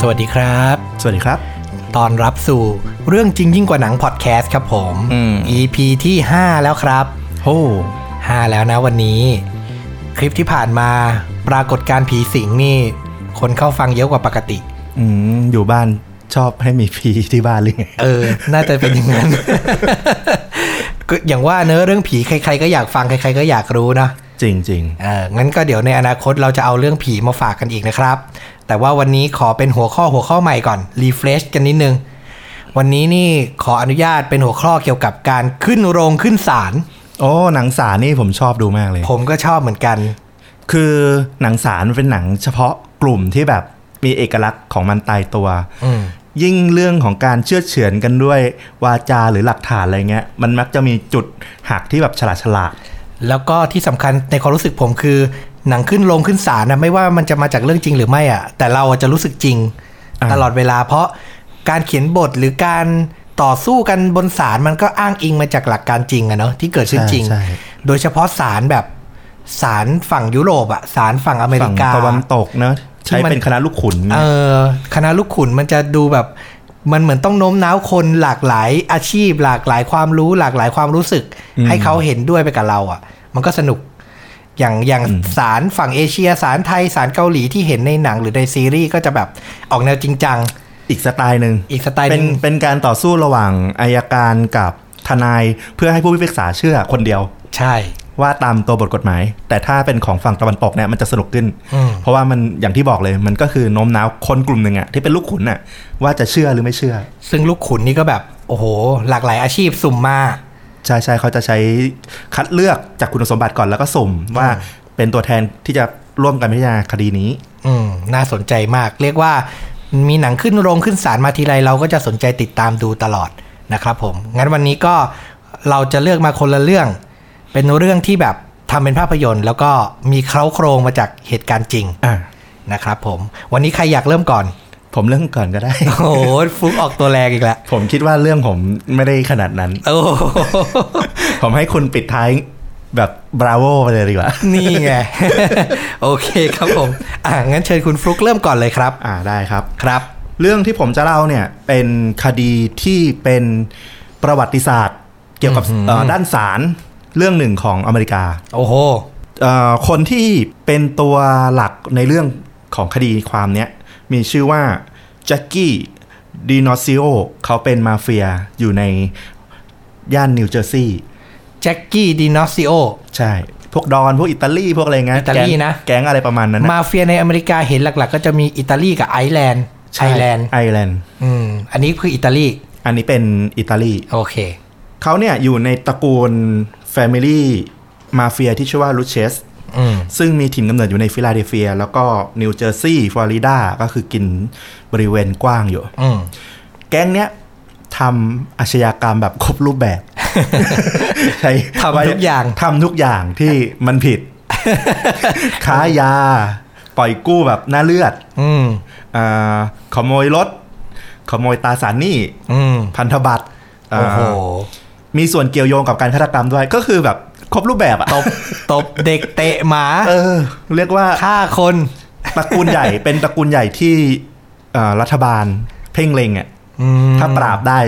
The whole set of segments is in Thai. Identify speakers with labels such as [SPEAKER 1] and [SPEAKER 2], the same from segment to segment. [SPEAKER 1] สวัสดีครับ
[SPEAKER 2] สวัสดีครับ
[SPEAKER 1] ตอนรับสู่เรื่องจริงยิ่งกว่าหนังพอดแคสต์ครับผม
[SPEAKER 2] อืม
[SPEAKER 1] EP ที่ 5 แล้วครับ
[SPEAKER 2] โอ้
[SPEAKER 1] 5 แล้วนะวันนี้ คลิปที่ผ่านมาปรากฏการณ์ผีสิงนี่ คนเข้าฟังเยอะกว่าปกติ
[SPEAKER 2] อืมอยู่บ้านชอบให้มีผีที่บ้านหรือไง
[SPEAKER 1] เออ น่าจะเป็นอย่าง นั้น ก็อย่างว่าเนอะเรื่องผีใคร ๆ ก็อยากฟังใคร ๆ ก็อยากรู้นะ
[SPEAKER 2] จริงจริง
[SPEAKER 1] เอองั้นก็เดี๋ยวในอนาคตเราจะเอาเรื่องผีมาฝากกันอีกนะครับ แต่ว่าวันนี้ขอเป็นหัวข้อหัวข้อใหม่ก่อน รีเฟรชกันนิดนึง วันนี้นี่ขออนุญาตเป็นหัวข้อเกี่ยวกับการขึ้นโรงขึ้นศาล
[SPEAKER 2] ๆโอ้หนังสารนี่ผมชอบดูมากเลย
[SPEAKER 1] ผมก็ชอบเหมือนกัน
[SPEAKER 2] คือหนังสารเป็นหนังเฉพาะกลุ่มที่แบบมีเอกลักษณ์ของมันตายตัว
[SPEAKER 1] อืม
[SPEAKER 2] ยิ่งเรื่องของการเชื่อดเฉือนกันด้วยวาจาหรือหลักฐานอะไรเงี้ย มันมักจะมีจุดหักที่แบบฉลาดฉลาด
[SPEAKER 1] แล้วก็ที่สำคัญในความรู้สึกผมคือ หนังขึ้นโรงขึ้นศาลนะไม่ว่ามันจะมาจากเรื่องจริงหรือไม่อ่ะ แต่เราอะจะรู้สึกจริง ตลอดเวลา เพราะการเขียนบทหรือการต่อสู้กันบนศาลมันก็อ้างอิงมาจากหลักการจริงอะเนาะที่เกิดขึ้นจริง
[SPEAKER 2] ใช่
[SPEAKER 1] โดยเฉพาะสารแบบสารฝั่งยุโรปอะสารฝั่งอเม
[SPEAKER 2] ใช่
[SPEAKER 1] ริ
[SPEAKER 2] ฝั่ง
[SPEAKER 1] กา
[SPEAKER 2] ตะวันตกเนอะใช้
[SPEAKER 1] ที่มัน
[SPEAKER 2] เป็นคณะลูกขุน
[SPEAKER 1] เออคณะลูกขุนมันจะดูแบบ มันเหมือนต้องโน้มน้าวคนหลากหลายอาชีพ หลากหลายความรู้หลากหลายความรู้สึก ให้เขาเห็นด้วยไปกับเราอะมันก็สนุก อย่างอย่างสารฝั่งเอเชียสารไทยสารเกาหลีที่เห็นในหนังหรือในซีรีส์ก็จะแบบออกแนวจริงจัง
[SPEAKER 2] อีกสไตล์หนึ่ง
[SPEAKER 1] อีกสไตล์ห
[SPEAKER 2] เป็
[SPEAKER 1] นึ
[SPEAKER 2] น
[SPEAKER 1] ง
[SPEAKER 2] เป็นการต่อสู้ระหว่างอายการกับทนายเพื่อให้ผู้พิพากษาเชื่อคนเดียว
[SPEAKER 1] ใช่
[SPEAKER 2] ว่าตามตัวบทกฎหมาย แต่ถ้าเป็นของฝั่งตะวันตกเนี่ยมันจะสนุกขึ้น
[SPEAKER 1] อืม
[SPEAKER 2] เพราะว่ามันอย่างที่บอกเลยมันก็คือโน้มน้าวคนกลุ่มหนึ่งอะที่เป็นลูกขุนอะว่าจะเชื่อหรือไม่เชื่อ
[SPEAKER 1] ซึ่งลูกขุนนี่ก็แบบโอ้โห หลากหลายอาชีพสุ่มมา
[SPEAKER 2] ใช่ใช่เขาจะใช้คัดเลือกจากคุณสมบัติก่อนแล้วก็สุ่มว่าเป็นตัวแทนที่จะร่วมกันพิจารณาคดีนี้
[SPEAKER 1] อืม น่าสนใจมาก เรียกว่า มีหนังขึ้นโรงขึ้นศาลมาทีไรเราก็จะสนใจติดตามดูตลอดนะครับผม งั้นวันนี้ก็เราจะเลือกมาคนละเรื่อง เป็นเรื่องที่แบบทำเป็นภาพยนตร์ แล้วก็มีเคล้าโครงมาจากเหตุการณ์จริง
[SPEAKER 2] อ่ะ
[SPEAKER 1] นะครับผม วันนี้ใครอยากเริ่มก่อน
[SPEAKER 2] ผมเรื่องก่อนก็ได้
[SPEAKER 1] โอ้โหฟุกออกตัวแรงอีกแล้ว
[SPEAKER 2] ผมคิดว่าเรื่องผมไม่ได้ขนาดนั้น
[SPEAKER 1] โอ้โห
[SPEAKER 2] ผมให้คุณปิดท้ายแบบบราโวไปเลยดีกว่า
[SPEAKER 1] นี่ไง โอเคครับผม อ่ะงั้นเชิญคุณฟลุกเริ่มก่อนเลยครับ
[SPEAKER 2] อ่าได้ครับ
[SPEAKER 1] ครับ
[SPEAKER 2] เรื่องที่ผมจะเล่าเนี่ยเป็นคดีที่เป็นประวัติศาสตร์ เกี่ยวกับเอ่อด้านศาลเรื่องหนึ่งของอเมริกา
[SPEAKER 1] โอ้โห
[SPEAKER 2] เอ่อคนที่เป็นตัวหลักในเรื่องของคดีความเนี้ยมีชื่อว่าแจ็คกี้ดีนอซิโอเขาเป็นมาเฟียอยู่ในย่านนิวเจอร์ซีย์
[SPEAKER 1] แจ็คกี้ดีนอซิโอ
[SPEAKER 2] ใช่ พวกดอน พวกอิตาลีพวกอะไรเงี้ย
[SPEAKER 1] อิตาลี
[SPEAKER 2] แก๊ง
[SPEAKER 1] นะ
[SPEAKER 2] แก๊งอะไรประมาณนั้นนะ
[SPEAKER 1] มาเฟียในอเมริกาเห็นหลักๆ ก็จะมีอิตาลีกับไอร์แลนด์ไอร์แลนด์
[SPEAKER 2] ไอแลนด์
[SPEAKER 1] อืม อันนี้คืออิตาลี
[SPEAKER 2] อันนี้เป็นอิตาลี
[SPEAKER 1] โอเค
[SPEAKER 2] เขาเนี่ยอยู่ในตระกูล Family มาเฟียที่ชื่อว่าลูเชส
[SPEAKER 1] อืม
[SPEAKER 2] ซึ่งมีถิ่นกำเนิดอยู่ในฟิลาเดลเฟีย แล้วก็นิวเจอร์ซีย์ฟลอริดาก็คือกินบริเวณกว้างอยู่
[SPEAKER 1] อืม
[SPEAKER 2] แก๊งเนี้ยทำอาชญากรรมแบบครบรูปแบบ ใช่
[SPEAKER 1] ทำทุกอย่าง
[SPEAKER 2] ทำทุกอย่างที่มันผิด ค้ายา ปล่อยกู้แบบหน้าเลือด
[SPEAKER 1] อืม
[SPEAKER 2] อ่าขโมยรถ ขโมยตราสารหนี้
[SPEAKER 1] อืม
[SPEAKER 2] พันธบัตร
[SPEAKER 1] โอ้โห
[SPEAKER 2] า มีส่วนเกี่ยวโยงกับการฆาตกรรมด้วยก็คือแบบครบรูปแบบอะ
[SPEAKER 1] ตบ ตบเด็กเตะหมา
[SPEAKER 2] เออ เรียกว่า
[SPEAKER 1] ฆ่าคน
[SPEAKER 2] ตระกูลใหญ่ เป็นตระกูลใหญ่ที่เอ่อรัฐบาลเพ่งเล็งอะ
[SPEAKER 1] อืม
[SPEAKER 2] ถ้าปราบได้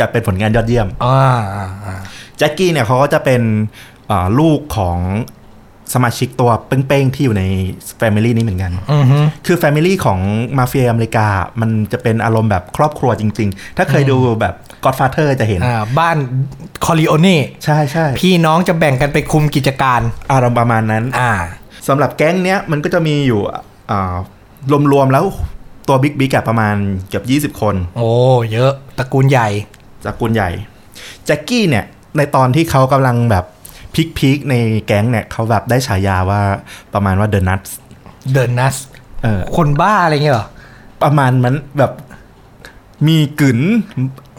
[SPEAKER 2] จะเป็นผลงานยอดเยี่ยม
[SPEAKER 1] อ่าอ่าอ่า
[SPEAKER 2] แจ็คกี้เนี่ยเขาก็จะเป็นเอ่อลูกของสมาชิกตัวเป้งๆ ที่อยู่ในแฟมิลี่นี้เหมือนกัน
[SPEAKER 1] อือฮึ
[SPEAKER 2] คือแฟมิลี่ของมาเฟียอเมริกา มันจะเป็นอารมณ์แบบครอบครัวจริง ๆ ถ้าเคยดูแบบ Godfather จะเห็น
[SPEAKER 1] อ่า บ้านคอริโอเน่
[SPEAKER 2] ใช่ใช่
[SPEAKER 1] พี่น้องจะแบ่งกันไปคุมกิจการ
[SPEAKER 2] อารมณ์ประมาณนั้น
[SPEAKER 1] อ่า
[SPEAKER 2] สำหรับแก๊งเนี้ยมันก็จะมีอยู่อ่ารวมๆแล้วตัวบิ๊กบิ๊กอะประมาณเกือบ20 คน
[SPEAKER 1] โอ้ เยอะ ตระกูลใหญ่
[SPEAKER 2] ตระกูลใหญ่แจ็คกี้เนี่ย ในตอนที่เขากำลังแบบพีคๆในแก๊งเนี่ยเขาแบบได้ฉายาว่าประมาณว่าเดอะนัท
[SPEAKER 1] เดินนัส
[SPEAKER 2] เออ
[SPEAKER 1] คนบ้าอะไรเงี้ยเหรอ
[SPEAKER 2] ประมาณมันแบบมีกึ๋น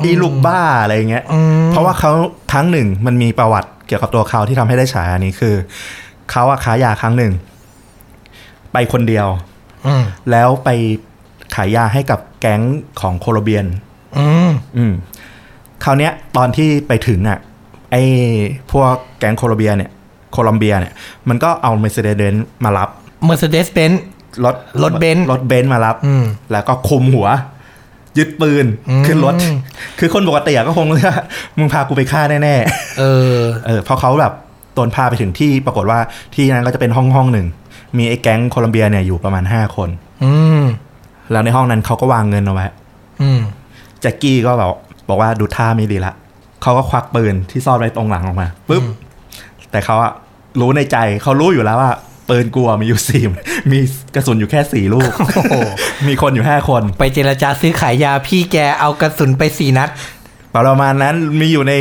[SPEAKER 2] อีลูกบ้าอะไรเงี้ย
[SPEAKER 1] อืม
[SPEAKER 2] เพราะว่าเขาครั้งหนึ่งมันมีประวัติเกี่ยวกับตัวเขาที่ทำให้ได้ฉายานี้คือเขาอะค้ายาครั้งหนึ่ง ไปคนเดียว
[SPEAKER 1] อืม
[SPEAKER 2] แล้วไปขายยาให้กับแก๊งของโคลอมเบียน
[SPEAKER 1] อืม
[SPEAKER 2] อืม คราวเนี้ยตอนที่ไปถึงอ่ะ ไอ้พวกแก๊งโคลอมเบียเนี่ย โคลอมเบียเนี่ย มันก็เอาเม c e เด e เ e นมารับ
[SPEAKER 1] Mercedes Benz
[SPEAKER 2] รถ
[SPEAKER 1] รถเบนซ์
[SPEAKER 2] รถเบนซ์มารับ
[SPEAKER 1] อืม
[SPEAKER 2] แล้วก็คุมหัว ยึดปืน
[SPEAKER 1] อืม
[SPEAKER 2] ขึ้นรถ คือคนปกติอะก็คงเลือกมึงพากูไปฆ่าแน่ๆ
[SPEAKER 1] เออ
[SPEAKER 2] เออเพราะเขาแบบโดนพาไปถึงที่ปรากฏว่าที่นั้นก็จะเป็นห้องห้องหนึ่ง มีไอ้แก๊งโคลัมเบียเนี่ยอยู่ประมาณ 5 คน
[SPEAKER 1] อืม
[SPEAKER 2] แล้วในห้องนั้นเขาก็วางเงินเอาไว้
[SPEAKER 1] อืม
[SPEAKER 2] แจ็คกี้ก็แบบบอกว่าดูท่าไม่ดีละเขาก็ควักปืนที่ซ่อนไว้ตรงหลังออกมาปุ๊บแต่เขาอะรู้ในใจเขารู้อยู่แล้วว่าปืนกลัวมีอยู่สี่ มีกระสุนอยู่แค่สี่ลูก
[SPEAKER 1] โห
[SPEAKER 2] มีคนอยู่ห้าคน
[SPEAKER 1] ไปเจรจาซื้อขายยาพี่แกเอากระสุนไปสี่นัด
[SPEAKER 2] ประมาณนั้นมีอยู่ใน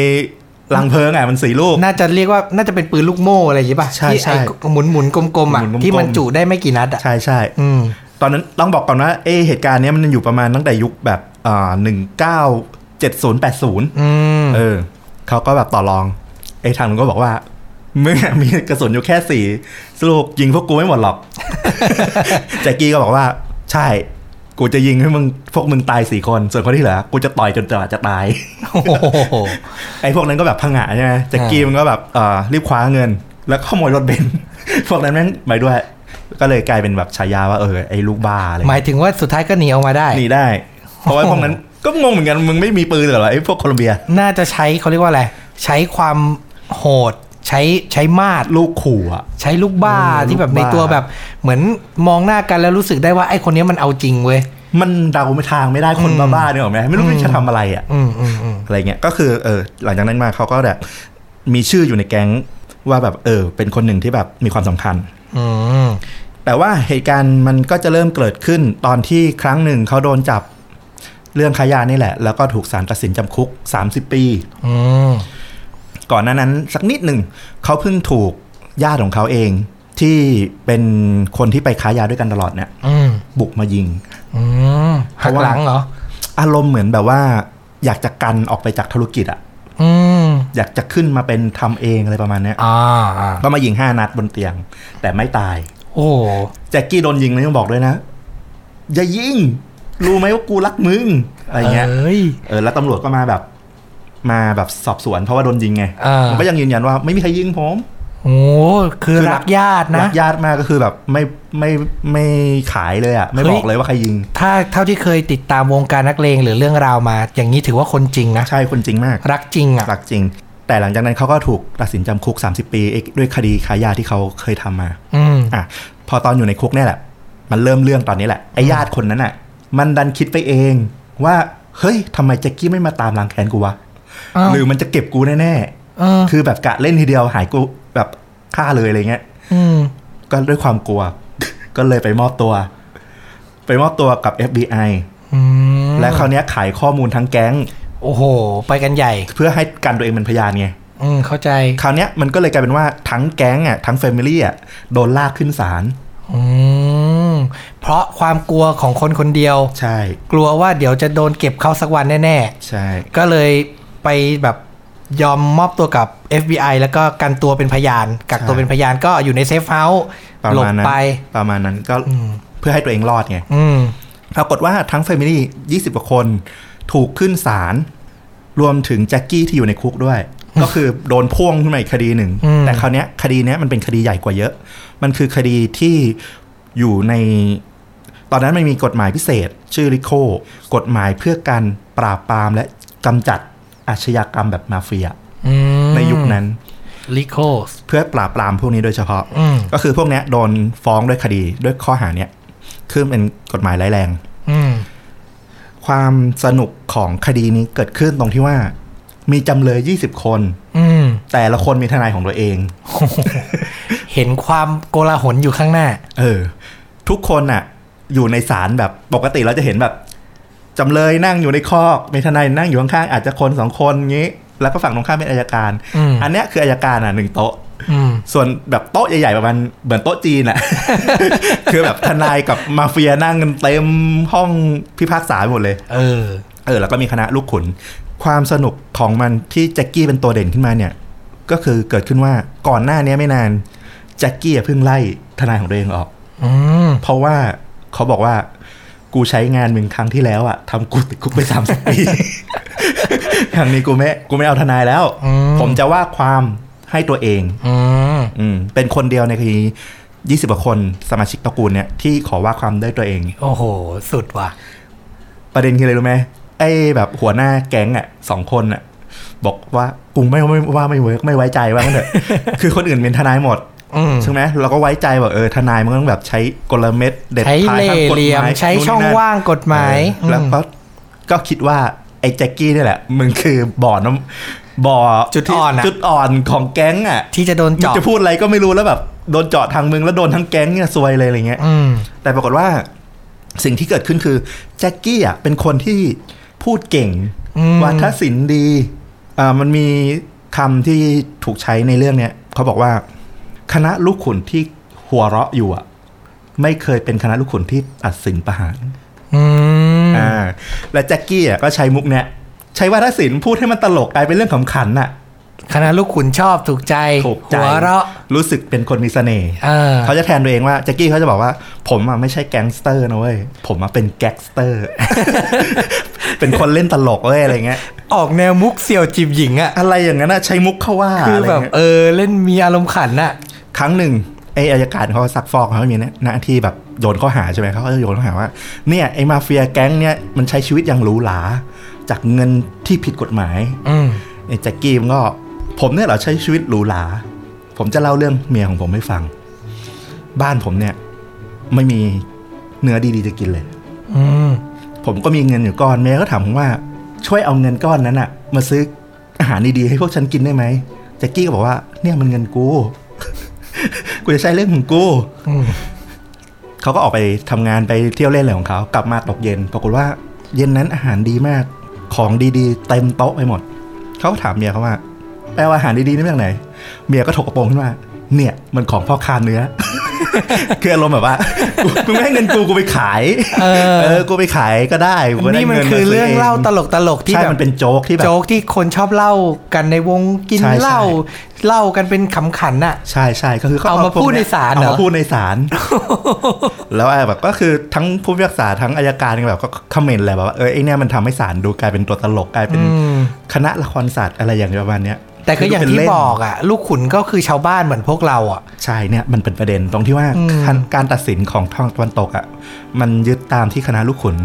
[SPEAKER 2] ลังเพลิงอะมันสี่ลูก
[SPEAKER 1] น่าจะเรียกว่าน่าจะเป็นปืนลูกโม่อะไรอย่างงี้ป่ะ
[SPEAKER 2] ใช่
[SPEAKER 1] ที่
[SPEAKER 2] ใช่
[SPEAKER 1] ไอ้หมุนหมุนๆกลมๆอ่ะ
[SPEAKER 2] หมุนๆกลมๆ
[SPEAKER 1] ที่มันจุได้ไม่กี่นัดอ่ะ
[SPEAKER 2] ใช่ใช่
[SPEAKER 1] อืม
[SPEAKER 2] ตอนนั้นต้องบอกก่อนว่าเอะเหตุการณ์เนี้ยมันอยู่ประมาณตั้งแต่ยุคแบบหนึ่งเก้าเจ็ดศูนย์แปดศูนย์
[SPEAKER 1] อืม
[SPEAKER 2] เออเขาก็แบบต่อรองไอ้ทางนู้นก็บอกว่ามึงอะมีกระสุนอยู่แค่สี่สรุปยิงพวกกูไม่หมดหร อก แจ็คกี้ก็บอกว่า ใช่ กูจะยิงให้มึงพวกมึงตายสี่คน ส่วนคนที่เหลือกูจะต่อยจนจะจะตาย
[SPEAKER 1] โอ้โห
[SPEAKER 2] ไอ้พวกนั้นก็แบบพังงะใช่ไหมแจ็คกี้มันก็แบบเอ่อรีบคว้าเงิน แล้วก็ขโมยรถเบนซ์ พวกนั้นแม่งไปด้วย ก็เลยกลายเป็นแบบฉายาว่าเออไอ้ลูกบ้าอะไรอย่างเงี้ย
[SPEAKER 1] หมายถึงว่าสุดท้ายก็หนีออกมาได้
[SPEAKER 2] หนีได้ เพราะว่าพวกนั้นก็งงเหมือนกัน มึงไม่มีปืนเหรอไอ้พวกโคลอมเบีย
[SPEAKER 1] น่าจะใช้เขาเรียกว่าอะไร ใช้ความโหด ใช้ใช้มาด
[SPEAKER 2] ลูกขู่อ่ะ
[SPEAKER 1] ใช้ลูกบ้า
[SPEAKER 2] เออ
[SPEAKER 1] ที่แบบ
[SPEAKER 2] ลูก
[SPEAKER 1] ใน
[SPEAKER 2] บ้า
[SPEAKER 1] ตัวแบบ เหมือนมองหน้ากันแล้วรู้สึกได้ว่าไอ้คนเนี้ยมันเอาจริงเว้ย
[SPEAKER 2] มันเดาไม่ทางไม่ได้คนบ้าๆเนี่ยหรอกไหมไม่รู้
[SPEAKER 1] อืม
[SPEAKER 2] จะทำอะไรอ่ะ
[SPEAKER 1] อืมอืมอืม
[SPEAKER 2] อะไรเงี้ย ก็คือเออหลังจากนั้นมาเขาก็แบบมีชื่ออยู่ในแก๊งว่าแบบเออ เป็นคนหนึ่งที่แบบมีความสำคัญ
[SPEAKER 1] อืม
[SPEAKER 2] แต่ว่าเหตุการณ์มันก็จะเริ่มเกิดขึ้นตอนที่ครั้งหนึ่งเขาโดนจับเรื่องค้ายานี่แหละ แล้วก็ถูกศาลตัดสินจำคุก 30 ปี
[SPEAKER 1] อืม
[SPEAKER 2] ก่อนหน้านั้นสักนิดหนึ่งเขาเพิ่งถูกญาติของเขาเอง ที่เป็นคนที่ไปค้ายาด้วยกันตลอดเนี่ย
[SPEAKER 1] อืม
[SPEAKER 2] บุกมายิง
[SPEAKER 1] อืม
[SPEAKER 2] เพ
[SPEAKER 1] หัก
[SPEAKER 2] ราะว่า
[SPEAKER 1] หลังเหรอ
[SPEAKER 2] อารมณ์เหมือนแบบว่า อยากจะกันออกไปจากธุรกิจอะ
[SPEAKER 1] อืม
[SPEAKER 2] อยากจะขึ้นมาเป็นทำเองอะไรประมาณเนี้ย
[SPEAKER 1] อ่าอ่า
[SPEAKER 2] ก็มายิงห้านัดบนเตียง แต่ไม่ตาย
[SPEAKER 1] โอ้โห
[SPEAKER 2] แจ็คกี้โดนยิงแล้วยังบอกด้วยนะ อย่ายิง รู้ไหมว่ากูรักมึงอะไรเงี้ย
[SPEAKER 1] ย
[SPEAKER 2] เออแล้วตำรวจก็มาแบบ มาแบบสอบสวนเพราะว่าโดนยิงไง
[SPEAKER 1] อ่ามั
[SPEAKER 2] มันก็ยังยืนยันว่าไม่มีใครยิงผม
[SPEAKER 1] โอ้โหคือ
[SPEAKER 2] คือรั
[SPEAKER 1] รั
[SPEAKER 2] ก
[SPEAKER 1] กญาติ
[SPEAKER 2] รั
[SPEAKER 1] นะ
[SPEAKER 2] กญาติมากก็คือแบบไม่ไม่ไม่ขายเลยอ่ะ ไม่
[SPEAKER 1] เฮ้
[SPEAKER 2] บ
[SPEAKER 1] ย
[SPEAKER 2] อกเลยว่าใครยิง
[SPEAKER 1] ถ้าเท่าที่เคยติดตามวงการนักเลงหรือเรื่องราวมา อย่างนี้ถือว่าคนจริงนะ
[SPEAKER 2] ใช่คนจริงมาก
[SPEAKER 1] รักจริงอ่ะ
[SPEAKER 2] รักจริง แต่หลังจากนั้นเขาก็ถูกตัดสินจำคุก 30 ปีด้วยคดีขายยาที่เขาเคยทำมา
[SPEAKER 1] อืม
[SPEAKER 2] อ่ะพอตอนอยู่ในคุกเนี่ยแหละ มันเริ่มเรื่องตอนนี้แหละไอ้ญาติคนนั้นอ่ะ มันดันคิดไปเองว่าเฮ้ยทำไมแจ็คกี้ไม่มาตามล้างแค้นกูวะ
[SPEAKER 1] อ้าว
[SPEAKER 2] หรือมันจะเก็บกูแน่
[SPEAKER 1] เออ
[SPEAKER 2] ๆคือแบบกะเล่นทีเดียวหายกูแบบฆ่าเลยอะไรเงี้ย
[SPEAKER 1] อืม
[SPEAKER 2] ก็ด้วยความกลัว ก็เลยไปมอบตัว ไปมอบตัวกับ FBI
[SPEAKER 1] อืม
[SPEAKER 2] และคราวเนี้ยขายข้อมูลทั้งแก๊ง
[SPEAKER 1] โอ้โห ไปกันใหญ่
[SPEAKER 2] เพื่อให้กันตัวเองเป็นพยานไง
[SPEAKER 1] อืมเข้าใจ
[SPEAKER 2] คราวเนี้ยมันก็เลยกลายเป็นว่าทั้งแก๊งอ่ะทั้งแฟมิลี่อ่ะโดนลากขึ้นศาล
[SPEAKER 1] อืมเพราะความกลัวของคนคนเดียว
[SPEAKER 2] ใช่
[SPEAKER 1] กลัวว่าเดี๋ยวจะโดนเก็บเข้าสักวันแน่
[SPEAKER 2] ใช่
[SPEAKER 1] ๆ ก็เลยไปแบบยอมมอบตัวกับ FBI แล้วก็กันตัวเป็นพยาน กักตัวเป็นพยานก็อยู่ในเซฟเฮาส์
[SPEAKER 2] ประ
[SPEAKER 1] หล
[SPEAKER 2] มา
[SPEAKER 1] บ
[SPEAKER 2] ณนั้น
[SPEAKER 1] ไป
[SPEAKER 2] ประมาณนั้นก็
[SPEAKER 1] อืม
[SPEAKER 2] เพื่อให้ตัวเองรอดไง
[SPEAKER 1] อืม
[SPEAKER 2] ปรากฏว่าทั้งแฟมิลี่20กว่าคน ถูกขึ้นศาลรวมถึงแจ็คกี้ที่อยู่ในคุกด้วย ก็คือโดนพ่วงขึ้นมาอีกคดีหนึ่ง
[SPEAKER 1] อืม
[SPEAKER 2] แต่คราวเนี้ยคดีเนี้ยมันเป็นคดีใหญ่กว่าเยอะ มันคือคดีที่อยู่ใน ตอนนั้นมันมีกฎหมายพิเศษ ชื่อริโคกฎหมายเพื่อการปราบปรามและกำจัดอาชญากรรมแบบมาเฟีย
[SPEAKER 1] อืม
[SPEAKER 2] ในยุคนั้น
[SPEAKER 1] ลิโคส
[SPEAKER 2] เพื่อปราบปรามพวกนี้โดยเฉพาะ
[SPEAKER 1] อืม
[SPEAKER 2] ก็คือพวกเนี้ยโดนฟ้องด้วยคดีด้วยข้อหาเนี้ยคือเป็นกฎหมายร้ายแรง
[SPEAKER 1] อืม
[SPEAKER 2] ความสนุกของคดีนี้เกิดขึ้นตรงที่ว่า มีจำเลย 20 คน
[SPEAKER 1] อืม
[SPEAKER 2] แต่ละคนมีทนายของตัวเอง
[SPEAKER 1] เห็นความโกลาหลอยู่ข้างหน้า
[SPEAKER 2] เออ ทุกคนอ่ะ อยู่ในศาลแบบปกติเราจะเห็นแบบจำเลยนั่งอยู่ในคอกมีทนายนั่งอยู่ข้างๆอาจจะคนสองคนงี้ แล้วก็ฝั่งตรงข้ามเป็นอายการ
[SPEAKER 1] อืม
[SPEAKER 2] นเนี้ยคืออายการอ่ะหนึ่งโต๊ะ
[SPEAKER 1] อืม
[SPEAKER 2] ส่วนแบบโต๊ะใหญ่ๆประมาณเหมือนโต๊ะจีนอะ คือแบบทนายกับมาเฟียนั่งกันเต็มห้องพิพากษาหมดเลย
[SPEAKER 1] เออ
[SPEAKER 2] เออ แล้วก็มีคณะลูกขุน ความสนุกของมันที่แจ็คกี้เป็นตัวเด่นขึ้นมาเนี่ย ก็คือเกิดขึ้นว่าก่อนหน้านี้ไม่นานแจ็คกี้อะเพิ่งไล่ทนายของตัวเองออก
[SPEAKER 1] อืม
[SPEAKER 2] เพราะว่าเขาบอกว่ากูใช้งานมึงครั้งที่แล้วอะทำกูติดคุกไปสามสิบปี ครั้งนี้กูไม่กูไม่เอาทนายแล้ว ผมจะว่าความให้ตัวเอง
[SPEAKER 1] อืม
[SPEAKER 2] อืมเป็นคนเดียวในคดี 20กว่าคนสมาชิกตระกูลเนี่ยที่ขอว่าความด้วยตัวเอง
[SPEAKER 1] โอ้โห สุดว่ะ
[SPEAKER 2] ประเด็นคืออะไรรู้ไหมไอ้แบบหัวหน้าแก๊งอ่ะสองคนอ่ะ บอกว่ากูไม่ไม่ว่าไม่เวิร์กไม่ไว้ใจว่างั้นเถอะ คือคนอื่นเป็นทนายหมด
[SPEAKER 1] อืม
[SPEAKER 2] ใช่ไหมเราก็ไว้ใจว่าเออทนายมันต้องแบบใช้กลเม็ดเด็ด
[SPEAKER 1] ใช้
[SPEAKER 2] ขา
[SPEAKER 1] เล่
[SPEAKER 2] ทาง
[SPEAKER 1] ห์
[SPEAKER 2] กฎ
[SPEAKER 1] เหลี่ยม
[SPEAKER 2] มาย
[SPEAKER 1] ใช้
[SPEAKER 2] นู่นนี่
[SPEAKER 1] ช่อง
[SPEAKER 2] นั่น
[SPEAKER 1] ว่างกฎหมาย
[SPEAKER 2] เออแล้วก็ก็คิดว่าไอ้แจ็คกี้นี่แหละ มึงคือบ่อน้ำบ่อ
[SPEAKER 1] จุดอ่อนอะ
[SPEAKER 2] จุดอ่อนของแก๊งอ่ะ
[SPEAKER 1] ที่จะโดน
[SPEAKER 2] มึง
[SPEAKER 1] เจาะ
[SPEAKER 2] จะพูดอะไรก็ไม่รู้แล้วแบบโดนเจาะทางมึงแล้วโดนทั้งแก๊งเนี่ยซวยเลยอะไรเงี้ย
[SPEAKER 1] อืม
[SPEAKER 2] แต่ปรากฏว่าสิ่งที่เกิดขึ้นคือแจ็คกี้อ่ะเป็นคนที่พูดเก่ง
[SPEAKER 1] อืม
[SPEAKER 2] วาทศิลป์ดีอ่ามันมีคำที่ถูกใช้ในเรื่องเนี้ยเขาบอกว่าคณะลูกขุนที่หัวเราะอยู่อ่ะไม่เคยเป็นคณะลูกขุนที่ตัดสินประหาร
[SPEAKER 1] อืม
[SPEAKER 2] อ่าและแจ็คกี้อ่ะก็ใช้มุกเนี้ยใช้วาทศิลป์พูดให้มันตลกกลายเป็นเรื่องขำขันน่ะ
[SPEAKER 1] คณะลูกขุนชอบถูกใจ
[SPEAKER 2] ถูกใจ
[SPEAKER 1] หัวเราะ
[SPEAKER 2] รู้สึกเป็นคนมีเสน่ห์
[SPEAKER 1] เออ
[SPEAKER 2] เขาจะแทนตัวเองว่าแจ็คกี้เขาจะบอกว่า ผมอ่ะไม่ใช่แก๊งสเตอร์นะเว้ย ผมอ่ะเป็นแก๊กสเตอร์ เป็นคนเล่นตลกเว้ยอะไรเงี้ย
[SPEAKER 1] ออกแนวมุกเสี่ยวจีบหญิงอะ
[SPEAKER 2] อะไรอย่างนั้นน่ะใช้มุกเข้าว่า
[SPEAKER 1] คือ
[SPEAKER 2] อะไร
[SPEAKER 1] แบบ
[SPEAKER 2] เงี้ย
[SPEAKER 1] เออเล่นมีอารมณ์ขันอะ
[SPEAKER 2] ครั้งหนึ่งไอ้อายการเขาซักฟอกเขามีเนี่ยหน้าที่แบบโยนข้อหาใช่ไหมเขาก็จะโยนข้อหาว่าเนี่ยไอ้มาเฟียแก๊งเนี่ยมันใช้ชีวิตอย่างหรูหราจากเงินที่ผิดกฎหมาย
[SPEAKER 1] อืม
[SPEAKER 2] ไอ้แจ็คกี้มันก็ผมเนี่ยเหรอใช้ชีวิตหรูหรา ผมจะเล่าเรื่องเมียของผมให้ฟัง บ้านผมเนี่ย ไม่มีเนื้อดีๆจะกินเลย
[SPEAKER 1] อืม
[SPEAKER 2] ผมก็มีเงินอยู่ก้อนเมียก็ถามผมว่าช่วยเอาเงินก้อนนั้นอะมาซื้ออาหารดีๆให้พวกฉันกินได้ไหมแจ็คกี้ก็บอกว่า เนี่ยมันเงินกู กูจะใช้เรื่องของกู
[SPEAKER 1] อืม
[SPEAKER 2] เขาก็ออกไปทำงานไปเที่ยวเล่นอะไรของเขา กลับมาตกเย็น ปรากฏว่า เย็นนั้นอาหารดีมาก ของดีๆเต็มโต๊ะไปหมด เขาก็ถามเมียเขาว่าแปลว่าอาหารดีๆนี่มาจากไหน เมียก็ถกกระโปรงขึ้นมา เนี่ยมันของพ่อค้าเนื้อ คืออารมณ์แบบว่ามึงไม่ให้เงินกูกูไปขาย
[SPEAKER 1] เออ
[SPEAKER 2] เออกูไปขายก็ได้กูก็ได้
[SPEAKER 1] นี่มัน
[SPEAKER 2] งิา
[SPEAKER 1] คือ
[SPEAKER 2] ซื้
[SPEAKER 1] เรื่องเล่าตลกตลกๆที่
[SPEAKER 2] ใช่
[SPEAKER 1] แบบ
[SPEAKER 2] มันเป็นโจ๊กที่แบบ
[SPEAKER 1] โจ๊กที่คนชอบเล่ากันในวงกิน
[SPEAKER 2] ใช่ใช่
[SPEAKER 1] เหล้าเล่ากันเป็นขำขันน่ะ
[SPEAKER 2] ใช่ใช่ก็คือข
[SPEAKER 1] เอามาพูดในศาลเหรอ
[SPEAKER 2] เอามาพูดใน ศาลแล้วไอ้แบบก็คือทั้งผู้พิพากษาทั้งอายการก็แบบก็คอมเมนต์อะไรแบบว่าเออไอเนี่ยมันทำให้ศาลดูกลายเป็นตัวตลกกลายเป็น
[SPEAKER 1] อืม
[SPEAKER 2] คณะละครศาสตร์อะไรอย่างเงี้ยประมาณเนี้ย
[SPEAKER 1] แต่ก็อย่าง
[SPEAKER 2] คืดู
[SPEAKER 1] ที่
[SPEAKER 2] เป็นเล่น
[SPEAKER 1] บอกอ่ะ ลูกขุนก็คือชาวบ้านเหมือนพวกเราอ่ะ
[SPEAKER 2] ใช่เนี่ยมันเป็นประเด็นตรงที่ว่า
[SPEAKER 1] อืม
[SPEAKER 2] การการตัดสินของทางตะวันตกอ่ะมันยึดตามที่คณะลูกขุน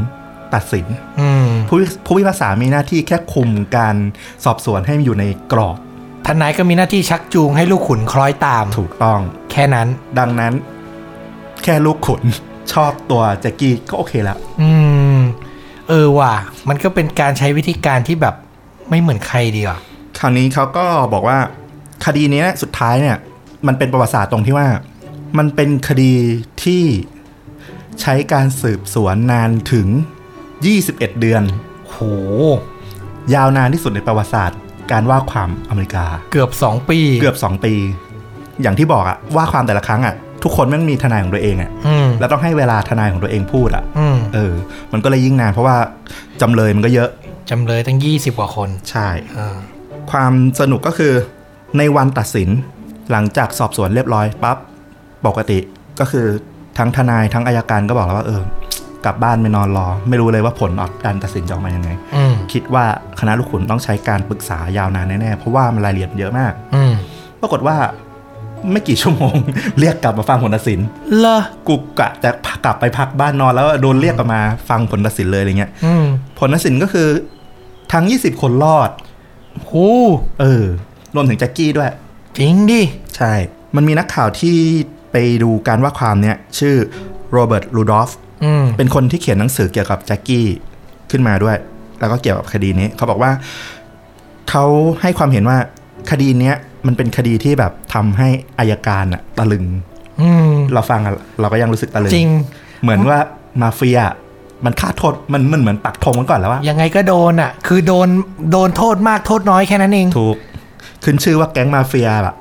[SPEAKER 2] ตัดสิน
[SPEAKER 1] อืม
[SPEAKER 2] ผู้พิผู้พิพากษามีหน้าที่แค่คุมการสอบสวนให้มันอยู่ในกรอบ
[SPEAKER 1] ทนายก็มีหน้าที่ชักจูงให้ลูกขุนคล้อยตาม
[SPEAKER 2] ถูกต้อง
[SPEAKER 1] แค่นั้น
[SPEAKER 2] ดังนั้น แค่ลูกขุนชอบตัวแจ็กกี้ก็โอเคแล้ว
[SPEAKER 1] อืม เออว่ะ มันก็เป็นการใช้วิธีการที่แบบไม่เหมือนใครดีอ่ะ
[SPEAKER 2] คราวนี้เขาก็บอกว่าคดีเนี้ยสุดท้ายเนี่ย มันเป็นประวัติศาสตร์ตรงที่ว่า มันเป็นคดีที่ใช้การสืบสวนนานถึง 21 เดือน
[SPEAKER 1] โห
[SPEAKER 2] ยาวนานที่สุดในประวัติศาสตร์ การว่าความอเมริกา
[SPEAKER 1] เกือบสองปี
[SPEAKER 2] เกือบ 2 ปี อย่างที่บอกอะว่าความแต่ละครั้งอะทุกคนแมันมีทนายของตัวเองอะ
[SPEAKER 1] อืม
[SPEAKER 2] แล้วต้องให้เวลาทนายของตัวเองพูดอะ
[SPEAKER 1] อืม
[SPEAKER 2] เออ มันก็เลยยิ่งนานเพราะว่าจำเลยมันก็เยอะ
[SPEAKER 1] จำเลยตั้งยี่สิบกว่าคน
[SPEAKER 2] ใช่
[SPEAKER 1] อ่า
[SPEAKER 2] ความสนุกก็คือในวันตัดสินหลังจากสอบสวนเรียบร้อยปั๊บปกติก็คือทั้งทนายทั้งอายการก็บอกแล้วว่าเออกลับบ้านไปนอนรอ ไม่รู้เลยว่าผลออกการตัดสินจะออกมายังไง
[SPEAKER 1] อืม
[SPEAKER 2] คิดว่าคณะลูกขุนต้องใช้การปรึกษายาวนานแน่ๆ เพราะว่ามันรายละเอียดเยอะมาก
[SPEAKER 1] อืม
[SPEAKER 2] ปรากฏว่าไม่กี่ชั่วโมง เรียกกลับมาฟังผลตัดสิน
[SPEAKER 1] เลอ
[SPEAKER 2] กูกะจะกลับไปพักบ้านนอนแล้วโดนเรียกกลับมาฟังผลตัดสินเลยอะไรเงี้ย
[SPEAKER 1] อืม
[SPEAKER 2] ผลตัดสินก็คือทั้ง 20 คนรอด
[SPEAKER 1] โห
[SPEAKER 2] เออรวมถึงแจ็คกี้ด้วย
[SPEAKER 1] จริงดิ
[SPEAKER 2] ใช่ มันมีนักข่าวที่ไปดูการว่าความเนี่ย ชื่อโรเบิร์ตรูดอฟ
[SPEAKER 1] อืม
[SPEAKER 2] เป็นคนที่เขียนหนังสือเกี่ยวกับแจ็คกี้ขึ้นมาด้วย แล้วก็เกี่ยวกับคดีนี้ เขาบอกว่า เขาให้ความเห็นว่าคดีเนี้ยมันเป็นคดีที่แบบทำให้อายการอะตะลึง
[SPEAKER 1] อืม
[SPEAKER 2] เราฟังอะเราก็ยังรู้สึกตะลึง
[SPEAKER 1] จริง
[SPEAKER 2] เหมือนว่ามาเฟียอะมันฆ่าโทษมันมันเหมือนปักธงมันก่อนแล้วว่า
[SPEAKER 1] ยังไงก็โดนอ่ะ คือโดนโดนโทษมากโทษน้อยแค่นั้นเอง
[SPEAKER 2] ถูก ขึ้นชื่อว่าแก๊งมาเฟียแบบ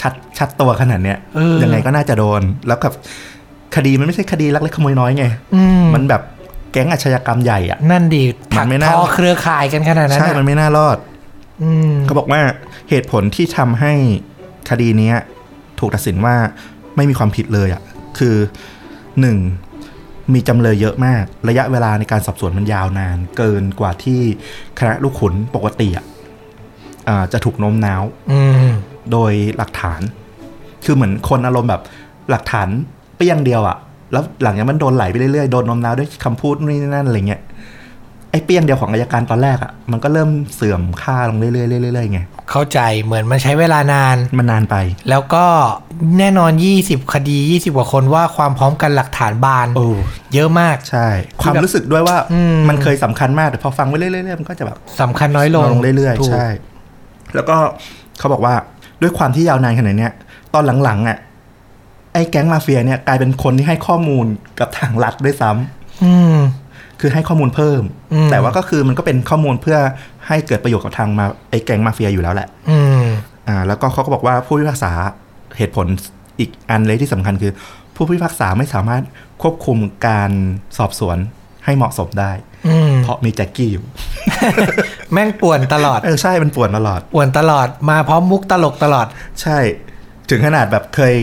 [SPEAKER 2] ชัดชัดตัวขนาดเนี้ย
[SPEAKER 1] เออ
[SPEAKER 2] ยังไงก็น่าจะโดน แล้วกับคดีมันไม่ใช่คดีลักเล็กขโมยน้อยไง
[SPEAKER 1] อืม
[SPEAKER 2] มันแบบแก๊งอาชญากรรมใหญ่อะ
[SPEAKER 1] นั่นดี
[SPEAKER 2] มั
[SPEAKER 1] ถัก
[SPEAKER 2] นไม่น่า
[SPEAKER 1] ทอเครือข่ายกันขนาดนั้น
[SPEAKER 2] ใช่
[SPEAKER 1] อะ
[SPEAKER 2] มันไม่น่ารอด
[SPEAKER 1] อืม
[SPEAKER 2] เขาบอกว่าเหตุผลที่ทำให้คดีเนี้ยถูกตัดสินว่าไม่มีความผิดเลยอะคือหนึ่งมีจำเลยเยอะมาก ระยะเวลาในการสอบสวนมันยาวนาน เกินกว่าที่คณะลูกขุนปกติอะอ่าจะถูกโน้มน้าว
[SPEAKER 1] อืม
[SPEAKER 2] โดยหลักฐาน คือเหมือนคนอารมณ์แบบ หลักฐานเปรี้ยงเดียวอะแล้วหลังจากนั้นมันโดนไหลไปเรื่อยๆ โดนโนมน้าวด้วยคำพูดนี่นั่นอะไรเงี้ยไอ้เปรี้ยงเดียวของอายการตอนแรกอะมันก็เริ่มเสื่อมค่าลงเรื่อยๆเรื่อยๆไง
[SPEAKER 1] เข้าใจเหมือนมันใช้เวลานาน
[SPEAKER 2] มันนานไป
[SPEAKER 1] แล้วก็แน่นอน 20 คดี 20 กว่าคนว่าความพร้อมกันหลักฐานบาน
[SPEAKER 2] โอ้
[SPEAKER 1] เยอะมาก
[SPEAKER 2] ใช่ ความรู้สึกด้วยว่า
[SPEAKER 1] อืม
[SPEAKER 2] มันเคยสำคัญมากแต่พอฟังไปเรื่อยๆมันก็จะแบบ
[SPEAKER 1] สำคัญน้อยลง
[SPEAKER 2] ลงเรื่อย
[SPEAKER 1] ถู
[SPEAKER 2] ๆ
[SPEAKER 1] ก
[SPEAKER 2] ใช่ แล้วก็เขาบอกว่าด้วยความที่ยาวนานขนาดเนี้ย ตอนหลังๆอ่ะไอ้แก๊งมาเฟียเนี่ยกลายเป็นคนที่ให้ข้อมูลกับทางรัฐด้วยซ้ำ
[SPEAKER 1] อืม
[SPEAKER 2] คือให้ข้อมูลเพิ่ม
[SPEAKER 1] อืม
[SPEAKER 2] แต่ว่าก็คือมันก็เป็นข้อมูลเพื่อให้เกิดประโยชน์กับทางมาไอ้แก๊งมาเฟียอยู่แล้วแหละ
[SPEAKER 1] อืม
[SPEAKER 2] อ่าแล้วก็เขาก็บอกว่าผู้พิพากษาเหตุผลอีกอันเลยที่สำคัญคือ ผู้พิพากษาไม่สามารถควบคุมการสอบสวนให้เหมาะสมได้
[SPEAKER 1] อืม
[SPEAKER 2] เพราะมีแจ็คกี้อยู่
[SPEAKER 1] แม่งป่วนตลอด
[SPEAKER 2] เออใช่มันป่วนตลอด
[SPEAKER 1] ป่วนตลอดมาพร้อมมุกตลกตลอด
[SPEAKER 2] ใช่ ถึงขนาดแบบเคย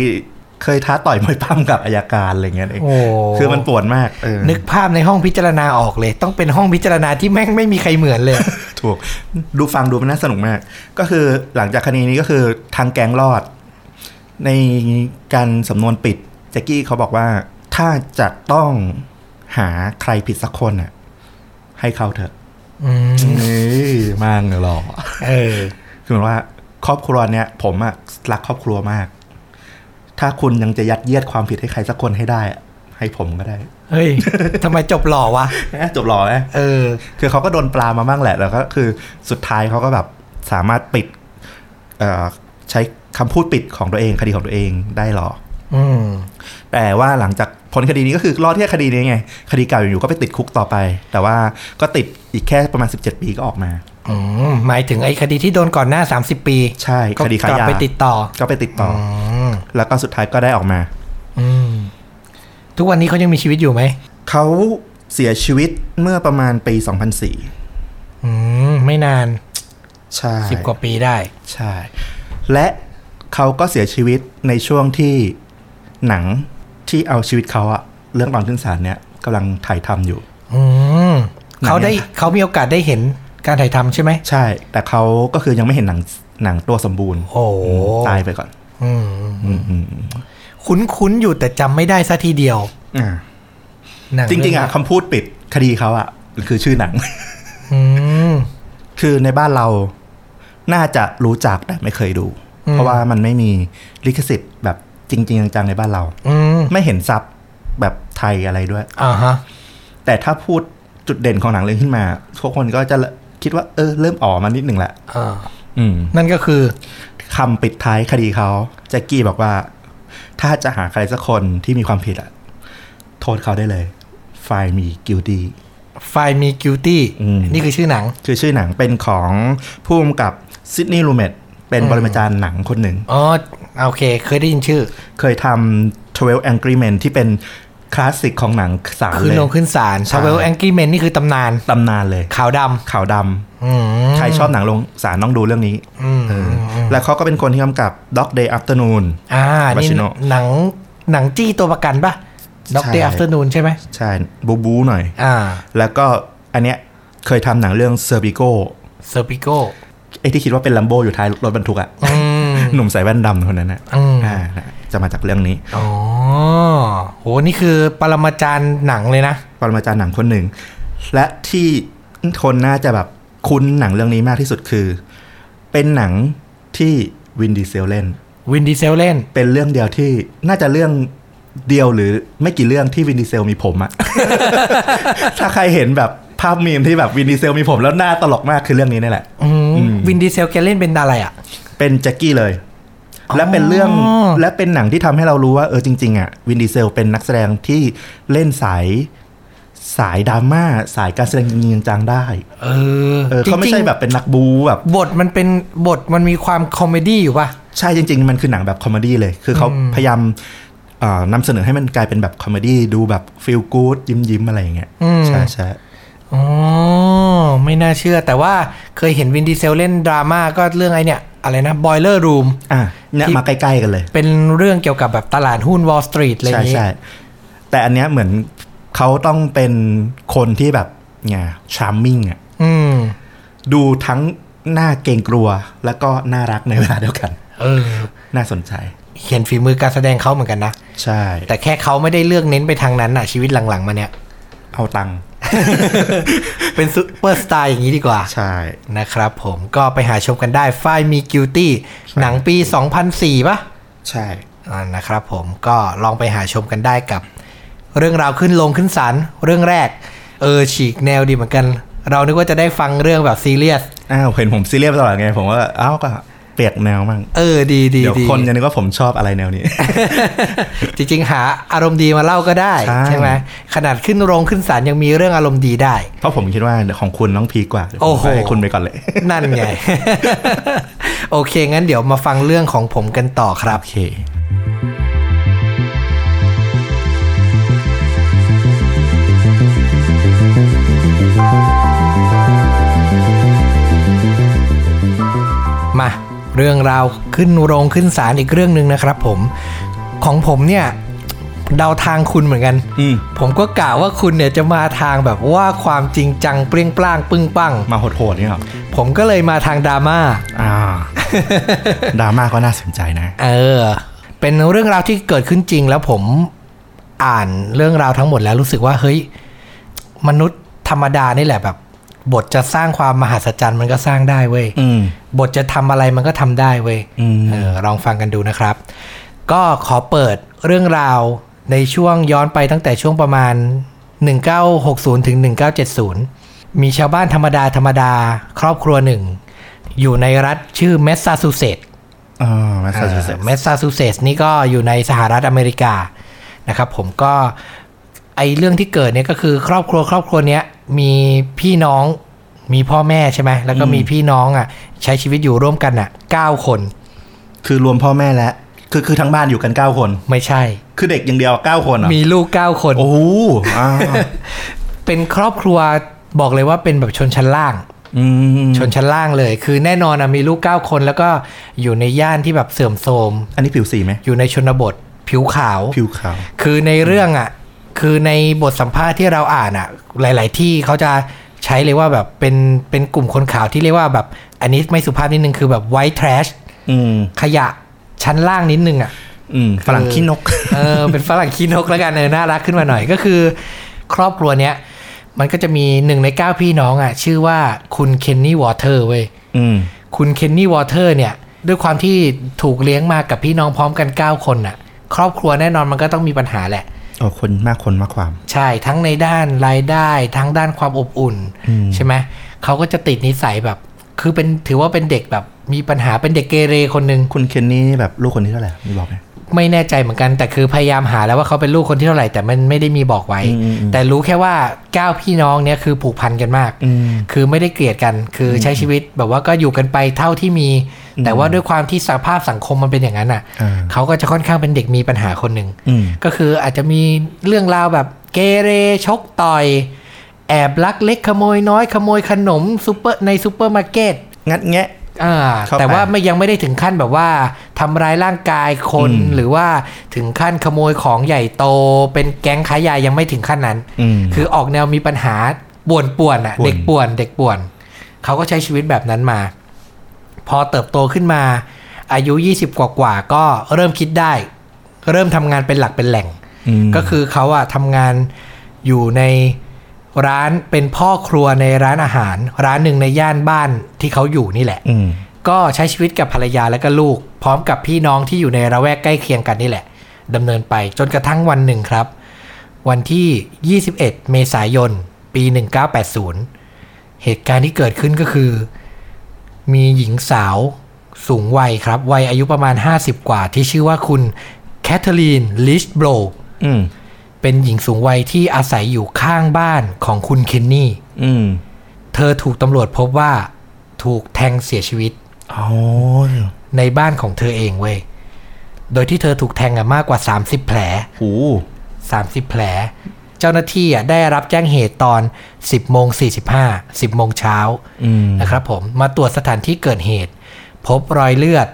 [SPEAKER 2] เคยท้าต่อยมวยปั้มกับอายการอะไรเงี้ยเอง
[SPEAKER 1] โอ้
[SPEAKER 2] คือมันปวดมากเออ
[SPEAKER 1] นึกภาพในห้องพิจารณาออกเลย ต้องเป็นห้องพิจารณาที่แม่งไม่มีใครเหมือนเลย
[SPEAKER 2] ถูก ดูฟังดูมันน่าสนุกมาก ก็คือหลังจากคดีนี้ก็คือทางแกงรอด ในการสำนวนปิดแจ็กกี้เขาบอกว่า ถ้าจะต้องหาใครผิดสักคนน่ะ ให้เขาเถอะ
[SPEAKER 1] อืม
[SPEAKER 2] นี่มั่งหรอ
[SPEAKER 1] เออ
[SPEAKER 2] คือเหมือนว่าครอบครัวเนี่ยผมอะรักครอบครัวมาก ถ้าคุณยังจะยัดเยียดความผิดให้ใครสักคนให้ได้อะให้ผมก็ได้
[SPEAKER 1] เฮ้ยทำไมจบหล่อวะ
[SPEAKER 2] เอ๊ะจบหล่อไหม
[SPEAKER 1] เออ
[SPEAKER 2] คือเขาก็โดนปลามาบ้างแหละ แล้วก็คือสุดท้ายเขาก็แบบสามารถปิดเอ่อใช้คำพูดปิดของตัวเองคดีของตัวเองได้หรอ
[SPEAKER 1] อืม
[SPEAKER 2] แต่ว่าหลังจากพ้นคดีนี้ก็คือรอดแค่คดีนี้ไง คดีเก่าอยู่ๆก็ไปติดคุกต่อไป แต่ว่าก็ติดอีกแค่ประมาณ 17 ปีก็ออกมา
[SPEAKER 1] อืมหมายถึงไอ้คดีที่โดนก่อนหน้า 30 ปี
[SPEAKER 2] ใช่
[SPEAKER 1] ก็
[SPEAKER 2] คดีขาก
[SPEAKER 1] ลับ
[SPEAKER 2] ยา
[SPEAKER 1] ไปติดต่อ
[SPEAKER 2] ก็ไปติดต่ออ
[SPEAKER 1] อืม
[SPEAKER 2] แล้วก็สุดท้ายก็ได้ออกมา
[SPEAKER 1] อืม ทุกวันนี้เขายังมีชีวิตอยู่ไหม
[SPEAKER 2] เขาเสียชีวิตเมื่อประมาณปี 2004
[SPEAKER 1] อืม ไม่นาน
[SPEAKER 2] ใช่
[SPEAKER 1] สิบกว่าปีได้
[SPEAKER 2] ใช่ และเขาก็เสียชีวิตในช่วงที่หนังที่เอาชีวิตเขาอะเรื่องตอนขึ้นศาลเนี่ยกำลังถ่ายทำอยู่
[SPEAKER 1] อืมเขาได้
[SPEAKER 2] หนังเนี่ย
[SPEAKER 1] เขามีโอกาสได้เห็นการถ่ายทำใช่ไหม
[SPEAKER 2] ใช่ แต่เขาก็คือยังไม่เห็นหนังหนังตัวสมบูรณ์
[SPEAKER 1] โอ้โห
[SPEAKER 2] ตายไปก่อน
[SPEAKER 1] อืม
[SPEAKER 2] อืมอืมอืม
[SPEAKER 1] คุ้นคุ้นๆอยู่แต่จำไม่ได้ซะทีเดียว
[SPEAKER 2] อ่า
[SPEAKER 1] หนัง
[SPEAKER 2] จริง ๆ
[SPEAKER 1] เ
[SPEAKER 2] อะคำพูดปิดคดีเขาอะคือชื่อหนัง
[SPEAKER 1] อืม
[SPEAKER 2] คือในบ้านเราน่าจะรู้จักแต่ไม่เคยดู
[SPEAKER 1] อืม
[SPEAKER 2] เพราะว่ามันไม่มีลิขสิทธิ์แบบจริง ๆ จังๆในบ้านเรา
[SPEAKER 1] อืม
[SPEAKER 2] ไม่เห็นซับแบบไทยอะไรด้วย
[SPEAKER 1] อ่าฮะ
[SPEAKER 2] แต่ถ้าพูดจุดเด่นของหนังเรื่องขึ้นมาทุกคนก็จะคิดว่าเออเริ่มอ๋อมานิดหนึ่งแหละ
[SPEAKER 1] อ่า
[SPEAKER 2] อืม
[SPEAKER 1] นั่นก็คือ
[SPEAKER 2] คำปิดท้ายคดีเขาแจ็กกี้บอกว่า ถ้าจะหาใครสักคนที่มีความผิดอะโทษเขาได้เลย ไฟมีกิลดี
[SPEAKER 1] ไฟมีกิวตี้
[SPEAKER 2] อืม
[SPEAKER 1] นี่คือชื่อหนัง
[SPEAKER 2] คือชื่อหนังเป็นของผู้กำกับซิดนีย์ลูเมตเป็นบริมาจารย์หนังคนหนึ่ง
[SPEAKER 1] อ๋อ โอเค เคยได้ยินชื่อ
[SPEAKER 2] เคยทำ12 Angry Men ที่เป็นคลาสสิกของหนังสาร
[SPEAKER 1] ขึ้น
[SPEAKER 2] เลย
[SPEAKER 1] ลงขึ้นศาล
[SPEAKER 2] ใช่
[SPEAKER 1] ชาเวลแองกี้เมนนี่คือตำนาน
[SPEAKER 2] ตำนานเลย
[SPEAKER 1] ขาวด
[SPEAKER 2] ขาวด
[SPEAKER 1] ำอืม
[SPEAKER 2] ำใครชอบหนังลงสารต้องดูเรื่องนี้
[SPEAKER 1] อืม
[SPEAKER 2] เออแล้วเขาก็เป็นคนที่กำกับ Dog Day Afternoon
[SPEAKER 1] อ่า นี่
[SPEAKER 2] Pacino
[SPEAKER 1] หนังหนังจี้ตัวประกันปะด็อกเตอร์
[SPEAKER 2] ใช่
[SPEAKER 1] อัฟเตอร์นูนใช่ไหม
[SPEAKER 2] ใช่บูบูหน่อย
[SPEAKER 1] อ่า
[SPEAKER 2] แล้วก็อันเนี้ยเคยทำหนังเรื่อง s e r b i c o
[SPEAKER 1] เซอร์ปิโก้
[SPEAKER 2] ไอ้ที่คิดว่าเป็นลัมโบอยู่ท้ายรถบรรทุกอะ
[SPEAKER 1] อืม
[SPEAKER 2] หนุ่มใส่แว่นดำคนนั้นนะ
[SPEAKER 1] อืม
[SPEAKER 2] อ่านะจะมาจากเรื่องนี้
[SPEAKER 1] อ๋อโห นี่คือปรมาจารย์หนังเลยนะ
[SPEAKER 2] ปรมาจารย์หนังคนหนึ่ง และที่คนน่าจะแบบคุ้นหนังเรื่องนี้มากที่สุดคือ เป็นหนังที่วินดีเซลเล่น
[SPEAKER 1] วินดีเซลเล่น
[SPEAKER 2] เป็นเรื่องเดียวที่น่าจะเรื่องเดียวหรือไม่กี่เรื่องที่วินดีเซลมีผมอะ ถ้าใครเห็นแบบภาพมีมที่แบบวินดีเซลมีผมแล้วหน้าตลกมากคือเรื่องนี้นี่แหละ
[SPEAKER 1] อืมวินดีเซลแกเล่นเป็นอะไรอ่ะ
[SPEAKER 2] เป็นแจ็คกี้เลย และเป็นเรื่อง
[SPEAKER 1] อ๋อ
[SPEAKER 2] และเป็นหนังที่ทำให้เรารู้ว่าเออจริง ๆ อ่ะวินดีเซลเป็นนักแสดงที่เล่นสายสายดราม่าสายการแสดงจริงๆจังๆได้
[SPEAKER 1] เออ
[SPEAKER 2] เออเขาไม่
[SPEAKER 1] จริงๆ
[SPEAKER 2] ใช่แบบเป็นนักบูแบบ
[SPEAKER 1] บทมันเป็นบทมันมีความคอมเมดี้อยู่ป่ะ
[SPEAKER 2] ใช่จริง ๆ มันคือหนังแบบคอมเมดี้เลย คือเขาพยายามเอ่อนำเสนอให้มันกลายเป็นแบบคอมเมดี้ดูแบบฟีลกู๊ดยิ้มยิ้มๆอะไรอย่างเงี้ย
[SPEAKER 1] อืม
[SPEAKER 2] ใช่ใช่
[SPEAKER 1] อ๋อ ไม่น่าเชื่อแต่ว่าเคยเห็นวินดีเซลเล่นดราม่าก็เรื่องไอ้เนี่ย อะไรนะบอยเลอร์รูม
[SPEAKER 2] อ่ะเนี่ย
[SPEAKER 1] ที่
[SPEAKER 2] มาใกล้ๆกันเลย
[SPEAKER 1] เป็นเรื่องเกี่ยวกับแบบตลาดหุ้นวอล l สตรีทอะไรอย่า
[SPEAKER 2] ใช่
[SPEAKER 1] งนี้
[SPEAKER 2] ใช่แต่อันเนี้ยเหมือนเขาต้องเป็นคนที่แบบเนี่ยชาร์มมิ่งอ่ะ
[SPEAKER 1] อืม
[SPEAKER 2] ดู ทั้งหน้าเกรงกลัวแล้วก็น่ารักในเวลาเดียวกัน
[SPEAKER 1] เออ
[SPEAKER 2] น่าสนใจ
[SPEAKER 1] เห็นฝีมือการแสดงเขาเหมือนกันนะ
[SPEAKER 2] ใช่
[SPEAKER 1] แต่แค่เขาไม่ได้เลือกเน้นไปทางนั้นน่ะ ชีวิตหลังๆมาเนี่ย
[SPEAKER 2] เอาตังค์
[SPEAKER 1] เป็นซุปเปอร์สตาร์อย่างนี้ดีกว่า
[SPEAKER 2] ใช่
[SPEAKER 1] นะครับผมก็ไปหาชมกันได้ไฟมีกิ i ตี้หนังปี 2004ปะ
[SPEAKER 2] ใช่
[SPEAKER 1] อ่านะครับผมก็ลองไปหาชมกันได้กับ เรื่องราวขึ้นลงขึ้นศาลเรื่องแรก เออ ฉีกแนวดีเหมือนกัน เรานึกว่าจะได้ฟังเรื่องแบบซีเรียส
[SPEAKER 2] อ้าวเห็นผมซีเรียสตลอดไง ผมว่าเอ้าก็เปลี่ยนแนวมั่ง
[SPEAKER 1] เออ ดีดี
[SPEAKER 2] เดี๋ยว
[SPEAKER 1] ดี
[SPEAKER 2] คนจะนึกว่าผมชอบอะไรแนวนี้
[SPEAKER 1] จริงๆ หาอารมณ์ดีมาเล่าก็ได้
[SPEAKER 2] ใช่
[SPEAKER 1] ใช่ไหมขนาดขึ้นโรงขึ้นศาลยังมีเรื่องอารมณ์ดีได้
[SPEAKER 2] เพราะผมคิดว่าของคุณน้องพีคกว่าเดี๋ยวผ
[SPEAKER 1] โอ้
[SPEAKER 2] ม
[SPEAKER 1] โห
[SPEAKER 2] ไปให้คุณไปก่อนเลย
[SPEAKER 1] นั่นไง โอเค งั้นเดี๋ยวมาฟังเรื่องของผมกันต่อครับ
[SPEAKER 2] โอเค
[SPEAKER 1] มาเรื่องราวขึ้นโรงขึ้นศาลอีกเรื่องหนึ่งนะครับผมของผมเนี่ยเดาทางคุณเหมือนกัน
[SPEAKER 2] อืม
[SPEAKER 1] ผมก็กล่าวว่าคุณเนี่ยจะมาทางแบบว่าความจริงจังเปรี้ยงปร้างปึ้งปัง
[SPEAKER 2] มาโหดๆนี่หรอ
[SPEAKER 1] ผมก็เลยมาทางดราม่า
[SPEAKER 2] อ่า ดราม่าก็น่าสนใจนะ
[SPEAKER 1] เออ เป็นเรื่องราวที่เกิดขึ้นจริงแล้วผมอ่านเรื่องราวทั้งหมดแล้วรู้สึกว่าเฮ้ย มนุษย์ธรรมดานี่แหละแบบ บทจะสร้างความมหัศจรรย์มันก็สร้างได้เว้ย
[SPEAKER 2] อืม
[SPEAKER 1] บทจะทำอะไรมันก็ทำได้เว้ย
[SPEAKER 2] อืม
[SPEAKER 1] เออลองฟังกันดูนะครับ ก็ขอเปิดเรื่องราวในช่วงย้อนไปตั้งแต่ช่วงประมาณ 1960 ถึง 1970 มีชาวบ้านธรรมดาธรรมดาครอบครัวหนึ่ง อยู่ในรัฐชื่อแมสซาชูเซตส์
[SPEAKER 2] อ่ามาซาชูเซตส์
[SPEAKER 1] แมสซาชูเซตส์นี่ก็อยู่ในสหรัฐอเมริกานะครับผมก็ไอเรื่องที่เกิดเนี่ยก็คือครอบครัวครอบครัวเนี้ยมีพี่น้องมีพ่อแม่ใช่ไหมแล้วก็มีพี่น้องอ่ะใช้ชีวิตอยู่ร่วมกันอ่ะ9คน
[SPEAKER 2] คือรวมพ่อแม่และคือคือทั้งบ้านอยู่กัน 9 คน
[SPEAKER 1] ไม่ใช่
[SPEAKER 2] คือเด็กอย่างเดียว 9 คนเหรอ
[SPEAKER 1] มีลูก 9 คน
[SPEAKER 2] โอ้โหอ่ า
[SPEAKER 1] เป็นครอบครัวบอกเลยว่าเป็นแบบชนชั้นล่าง
[SPEAKER 2] อืม
[SPEAKER 1] ชนชั้นล่างเลย คือแน่นอนอะมีลูก 9 คน แล้วก็อยู่ในย่านที่แบบเสื่อมโทรม
[SPEAKER 2] อันนี้ผิวสีไหม
[SPEAKER 1] อยู่ในชนบทผิวขาว
[SPEAKER 2] ผิวขาว
[SPEAKER 1] คือในเรื่องอ่ะ คือในบทสัมภาษณ์ที่เราอ่านอ่ะ หลาย ๆ ที่เขาจะใช้เลยว่าแบบเป็นเป็นกลุ่มคนขาวที่เรียกว่าแบบ อันนี้ไม่สุภาพนิดนึงคือแบบ white trash
[SPEAKER 2] อืม
[SPEAKER 1] ขยะชั้นล่างนิดนึงอ่ะ
[SPEAKER 2] อืมฝรั่งขี้นก
[SPEAKER 1] เออ เป็นฝรั่งขี้นกแล้วกันเออน่ารักขึ้นมาหน่อยก็คือ ครอบครัวเนี้ย มันก็จะมีหนึ่งในเก้าพี่น้องอ่ะ ชื่อว่าคุณเคนนี่วอเตอร์เว้ย
[SPEAKER 2] อืม
[SPEAKER 1] คุณเคนนี่วอเตอร์เนี่ย ด้วยความที่ถูกเลี้ยงมากับพี่น้องพร้อมกันเก้าคนน่ะ ครอบครัวแน่นอนมันก็ต้องมีปัญหาแหละ
[SPEAKER 2] โอ้คนมากคนมากความ
[SPEAKER 1] ใช่ทั้งในด้านรายได้ทั้งด้านความอบอุ่น ใช่ไหมเขาก็จะติดนิสัยแบบ คือเป็นถือว่าเป็นเด็กแบบมีปัญหาเป็นเด็กเกเรคนหนึ่ง
[SPEAKER 2] คุณเคนนี่แบบลูกคนที่เท่าไหร่มีบอกไหม
[SPEAKER 1] ไม่แน่ใจเหมือนกันแต่คือพยายามหาแล้วว่าเขาเป็นลูกคนที่เท่าไหร่แต่มันไม่ได้มีบอกไว้
[SPEAKER 2] อืมอืม
[SPEAKER 1] แต่รู้แค่ว่าเก้าพี่น้องเนี่ยคือผูกพันกันมาก
[SPEAKER 2] อืม
[SPEAKER 1] คือไม่ได้เกลียดกันคือใช้ชีวิตแบบว่าก็อยู่กันไปเท่าที่มี แต่ว่าด้วยความที่สภาพสังคมมันเป็นอย่างนั้นอ่ะ
[SPEAKER 2] อ่า
[SPEAKER 1] เขาก็จะค่อนข้างเป็นเด็กมีปัญหาคนหนึ่ง
[SPEAKER 2] อืม
[SPEAKER 1] ก็คืออาจจะมีเรื่องราวแบบเกเรชกต่อย แอบลักเล็กขโมยน้อยขโมยขนมซูเปอร์ในซูเปอร์มาร์เก็ต
[SPEAKER 2] งัดแงะ
[SPEAKER 1] อ่า
[SPEAKER 2] เข้าไป
[SPEAKER 1] แต่ว่าไม่ยังไม่ได้ถึงขั้นแบบว่าทำร้ายร่างกายคน
[SPEAKER 2] อืม
[SPEAKER 1] หรือว่าถึงขั้นขโมยของใหญ่โต เป็นแก๊งค้ายายังไม่ถึงขั้นนั้น
[SPEAKER 2] อืม
[SPEAKER 1] คือออกแนวมีปัญหาป่วนป่วนๆอ่ะ
[SPEAKER 2] ป่วน
[SPEAKER 1] เด็กป่วนเด็กป่วน เขาก็ใช้ชีวิตแบบนั้นมา พอเติบโตขึ้นมา อายุ 20 กว่ากว่าๆก็เริ่มคิดได้ เริ่มทำงานเป็นหลักเป็นแหล่ง
[SPEAKER 2] ม
[SPEAKER 1] ก็คือเขาอะทำงานอยู่ในร้านเป็นพ่อครัวในร้านอาหาร ร้านหนึ่งในย่านบ้านที่เขาอยู่นี่แหละ
[SPEAKER 2] ม
[SPEAKER 1] ก็ใช้ชีวิตกับภรรยาและก็ลูก พร้อมกับพี่น้องที่อยู่ในระแวกใกล้เคียงกันนี่แหละดำเนินไปจนกระทั่งวันหนึ่งครับ วันที่ 21 เมษายน ปี 1980 เหตุการณ์ที่เกิดขึ้นก็คือ มีหญิงสาวสูงวัยครับวัยอายุประมาณ 50 กว่า ที่ชื่อว่าคุณแคทเธอรีนลิชโบร
[SPEAKER 2] อืม
[SPEAKER 1] เป็นหญิงสูงวัยที่อาศัยอยู่ข้างบ้านของคุณเคนนี่
[SPEAKER 2] อืม
[SPEAKER 1] เธอถูกตำรวจพบว่าถูกแทงเสียชีวิต
[SPEAKER 2] อ๋อ
[SPEAKER 1] ในบ้านของเธอเองเว้ย โดยที่เธอถูกแทงอะมากกว่า 30 แผล
[SPEAKER 2] โห
[SPEAKER 1] 30 แผล เจ้าหน้าที่อะได้รับแจ้งเหตุตอน 10โมง45 10โมงเช้า
[SPEAKER 2] อืม
[SPEAKER 1] นะครับผมมาตรวจสถานที่เกิดเหตุ พบรอยเลือด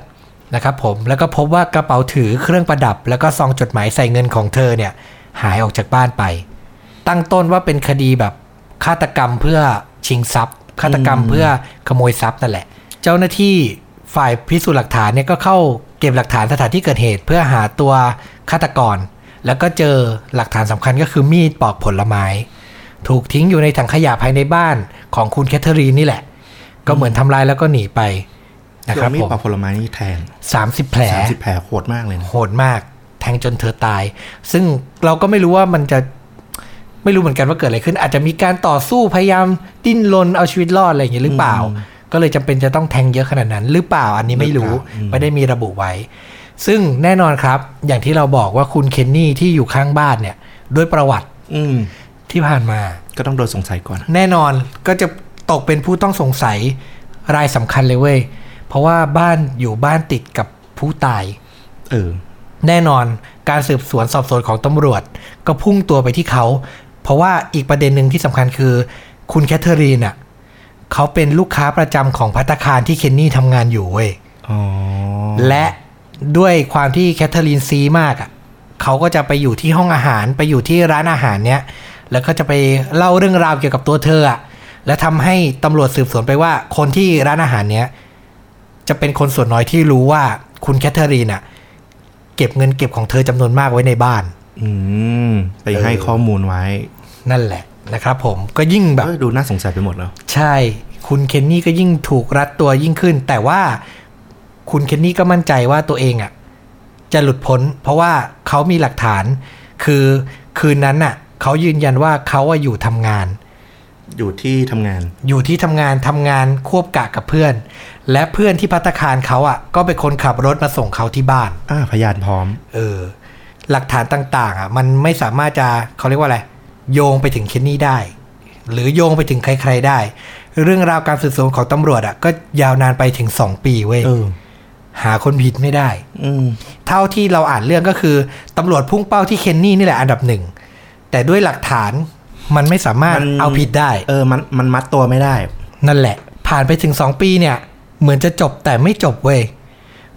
[SPEAKER 1] นะครับผมแล้วก็พบว่ากระเป๋าถือเครื่องประดับ แล้วก็ซองจดหมายใส่เงินของเธอเนี่ยหายออกจากบ้านไป ตั้งต้นว่าเป็นคดีแบบฆาตกรรมเพื่อชิงทรัพย์ฆาตกรรมเพื่อขโมยทรัพย์นั่นแหละ เจ้าหน้าที่ฝ่ายพิสูจน์หลักฐานเนี่ยก็เข้า เก็บหลักฐานสถานที่เกิดเหตุ เพื่อหาตัวฆาตกร แล้วก็เจอหลักฐานสำคัญก็คือมีดปอกผลไม้ ถูกทิ้งอยู่ในถังขยะภายในบ้านของคุณแคทเธอรีนนี่แหละ ก็เหมือนทำลายแล้วก็หนีไปนะ
[SPEAKER 2] โด
[SPEAKER 1] ครับ
[SPEAKER 2] นมีด
[SPEAKER 1] ผม
[SPEAKER 2] ปอกผลไม้นี่แทง
[SPEAKER 1] สามสิบแผล
[SPEAKER 2] สามสิบแผลโหดมากเลยนะ
[SPEAKER 1] โหดมาก แทงจนเธอตาย ซึ่งเราก็ไม่รู้ว่ามันจะไม่รู้เหมือนกันว่าเกิดอะไรขึ้น อาจจะมีการต่อสู้พยายามดิ้นรนเอาชีวิตรอดอะไรอย่างเงี้ยหรือเปล่า ก็เลยจำเป็นจะต้องแทงเยอะขนาดนั้น หรือเปล่าอันนี้ไม่รู้ไม่ได้มีระบุไว้ ซึ่งแน่นอนครับ อย่างที่เราบอกว่าคุณเคนนี่ที่อยู่ข้างบ้านเนี่ย ด้วยประวัติ
[SPEAKER 2] อืม
[SPEAKER 1] ที่ผ่านมา
[SPEAKER 2] ก็ต้องโดนสงสัยก่อน
[SPEAKER 1] แน่นอนก็จะตกเป็นผู้ต้องสงสัยรายสำคัญเลยเว้ยเพราะว่าบ้านอยู่บ้านติดกับผู้ตาย
[SPEAKER 2] เออ
[SPEAKER 1] แน่นอนการสืบสวนสอบสวนของตำรวจ ก็พุ่งตัวไปที่เขา เพราะว่าอีกประเด็นหนึ่งที่สำคัญคือ คุณแคทเธอรีนอ่ะเขาเป็นลูกค้าประจำของพัตตาคารที่เคนนี่ทำงานอยู่เว้ย
[SPEAKER 2] อ๋อ
[SPEAKER 1] และด้วยความที่แคทเธอรีนซีมากอ่ะเขาก็จะไปอยู่ที่ห้องอาหารไปอยู่ที่ร้านอาหารเนี้ยแล้วก็จะไปเล่าเรื่องราวเกี่ยวกับตัวเธออ่ะและทำให้ตำรวจสืบสวนไปว่าคนที่ร้านอาหารเนี้ยจะเป็นคนส่วนน้อยที่รู้ว่าคุณแคทเธอรีนอ่ะเก็บเงินเก็บของเธอจำนวนมากไว้ในบ้าน
[SPEAKER 2] อืม ไปให้ข้อมูลไว้
[SPEAKER 1] นั่นแหละนะครับผมก็ยิ่งแบบ
[SPEAKER 2] เออดูน่าสงสัยไปหมดแล้ว
[SPEAKER 1] ใช่ คุณเคนนี่ก็ยิ่งถูกรัดตัวยิ่งขึ้น แต่ว่าคุณเคนนี่ก็มั่นใจว่าตัวเองอ่ะ จะหลุดพ้น เพราะว่าเขามีหลักฐาน คือคืนนั้นน่ะเขายืนยันว่าเขาอะอยู่ทำงาน
[SPEAKER 2] อยู่ที่ทำงาน
[SPEAKER 1] อยู่ที่ทำงานทำงานควบกะกับเพื่อน และเพื่อนที่พัตตาคารเขาอ่ะ ก็เป็นคนขับรถมาส่งเขาที่บ้าน
[SPEAKER 2] อ่า พยานพร้อม
[SPEAKER 1] เออหลักฐานต่างๆอ่ะมันไม่สามารถจะเขาเรียกว่าอะไรโยงไปถึงเคนนี่ได้ หรือโยงไปถึงใครๆได้ เรื่องราวการสืบสวนของตำรวจอ่ะก็ยาวนานไปถึง 2 ปีเว้ย
[SPEAKER 2] เออ
[SPEAKER 1] หาคนผิดไม่ได้
[SPEAKER 2] อืม
[SPEAKER 1] เท่าที่เราอ่านเรื่องก็คือตำรวจพุ่งเป้าที่เคนนี่นี่แหละอันดับหนึ่งแต่ด้วยหลักฐานมันไม่สามารถ
[SPEAKER 2] มัน
[SPEAKER 1] เอาผิดได้
[SPEAKER 2] เออ มัน มันมัดตัวไม่ได้
[SPEAKER 1] นั่นแหละ ผ่านไปถึง 2 ปีเนี่ย เหมือนจะจบแต่ไม่จบเว้ย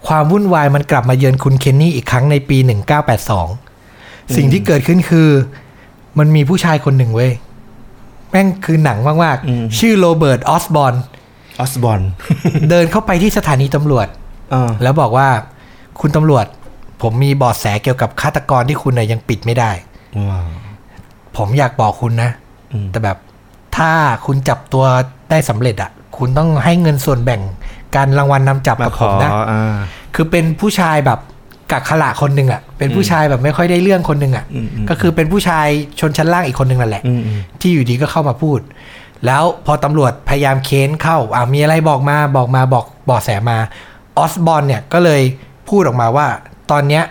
[SPEAKER 1] ความวุ่นวายมันกลับมาเยือนคุณเคนนี่อีกครั้งในปี 1982 สิ่งที่เกิดขึ้นคือ มันมีผู้ชายคนหนึ่งเว้ย แม่งคือหนังมาก
[SPEAKER 2] อืม
[SPEAKER 1] ๆ ชื่อโรเบิร์ตออสบอร์น
[SPEAKER 2] ออสบอน
[SPEAKER 1] เดินเข้าไปที่สถานีตำรวจ
[SPEAKER 2] เออ
[SPEAKER 1] แล้วบอกว่าคุณตำรวจ ผมมีเบอดแสเกี่ยวกับฆาตกรที่คุณน่ยยังปิดไม่ได้
[SPEAKER 2] ว้าว
[SPEAKER 1] ผมอยากบอกคุณนะ
[SPEAKER 2] อืม
[SPEAKER 1] แต่แบบถ้าคุณจับตัวได้สำเร็จอะคุณต้องให้เงินส่วนแบ่งการรางวัลนำจับ
[SPEAKER 2] มา
[SPEAKER 1] กับ
[SPEAKER 2] ข
[SPEAKER 1] ผ
[SPEAKER 2] อ
[SPEAKER 1] มนะ
[SPEAKER 2] อ่า
[SPEAKER 1] คือเป็นผู้ชายแบบกักขละคนหนึ่งอะเป็นผู้ชายแบบไม่ค่อยได้เรื่องคนหนึ่งอะ
[SPEAKER 2] อืมอืม
[SPEAKER 1] ก็คือเป็นผู้ชายชนชั้นล่างอีกคนหนึ่งนั่นแหละ
[SPEAKER 2] อืมอืม
[SPEAKER 1] ที่อยู่ดีก็เข้ามาพูด แล้วพอตำรวจพยายามเค้นเข้าอ่ามีอะไรบอกมาบอกมาบอกเบอแสมาออสบอนเนี่ยก็เลยพูดออกมาว่า ตอนเนี้ย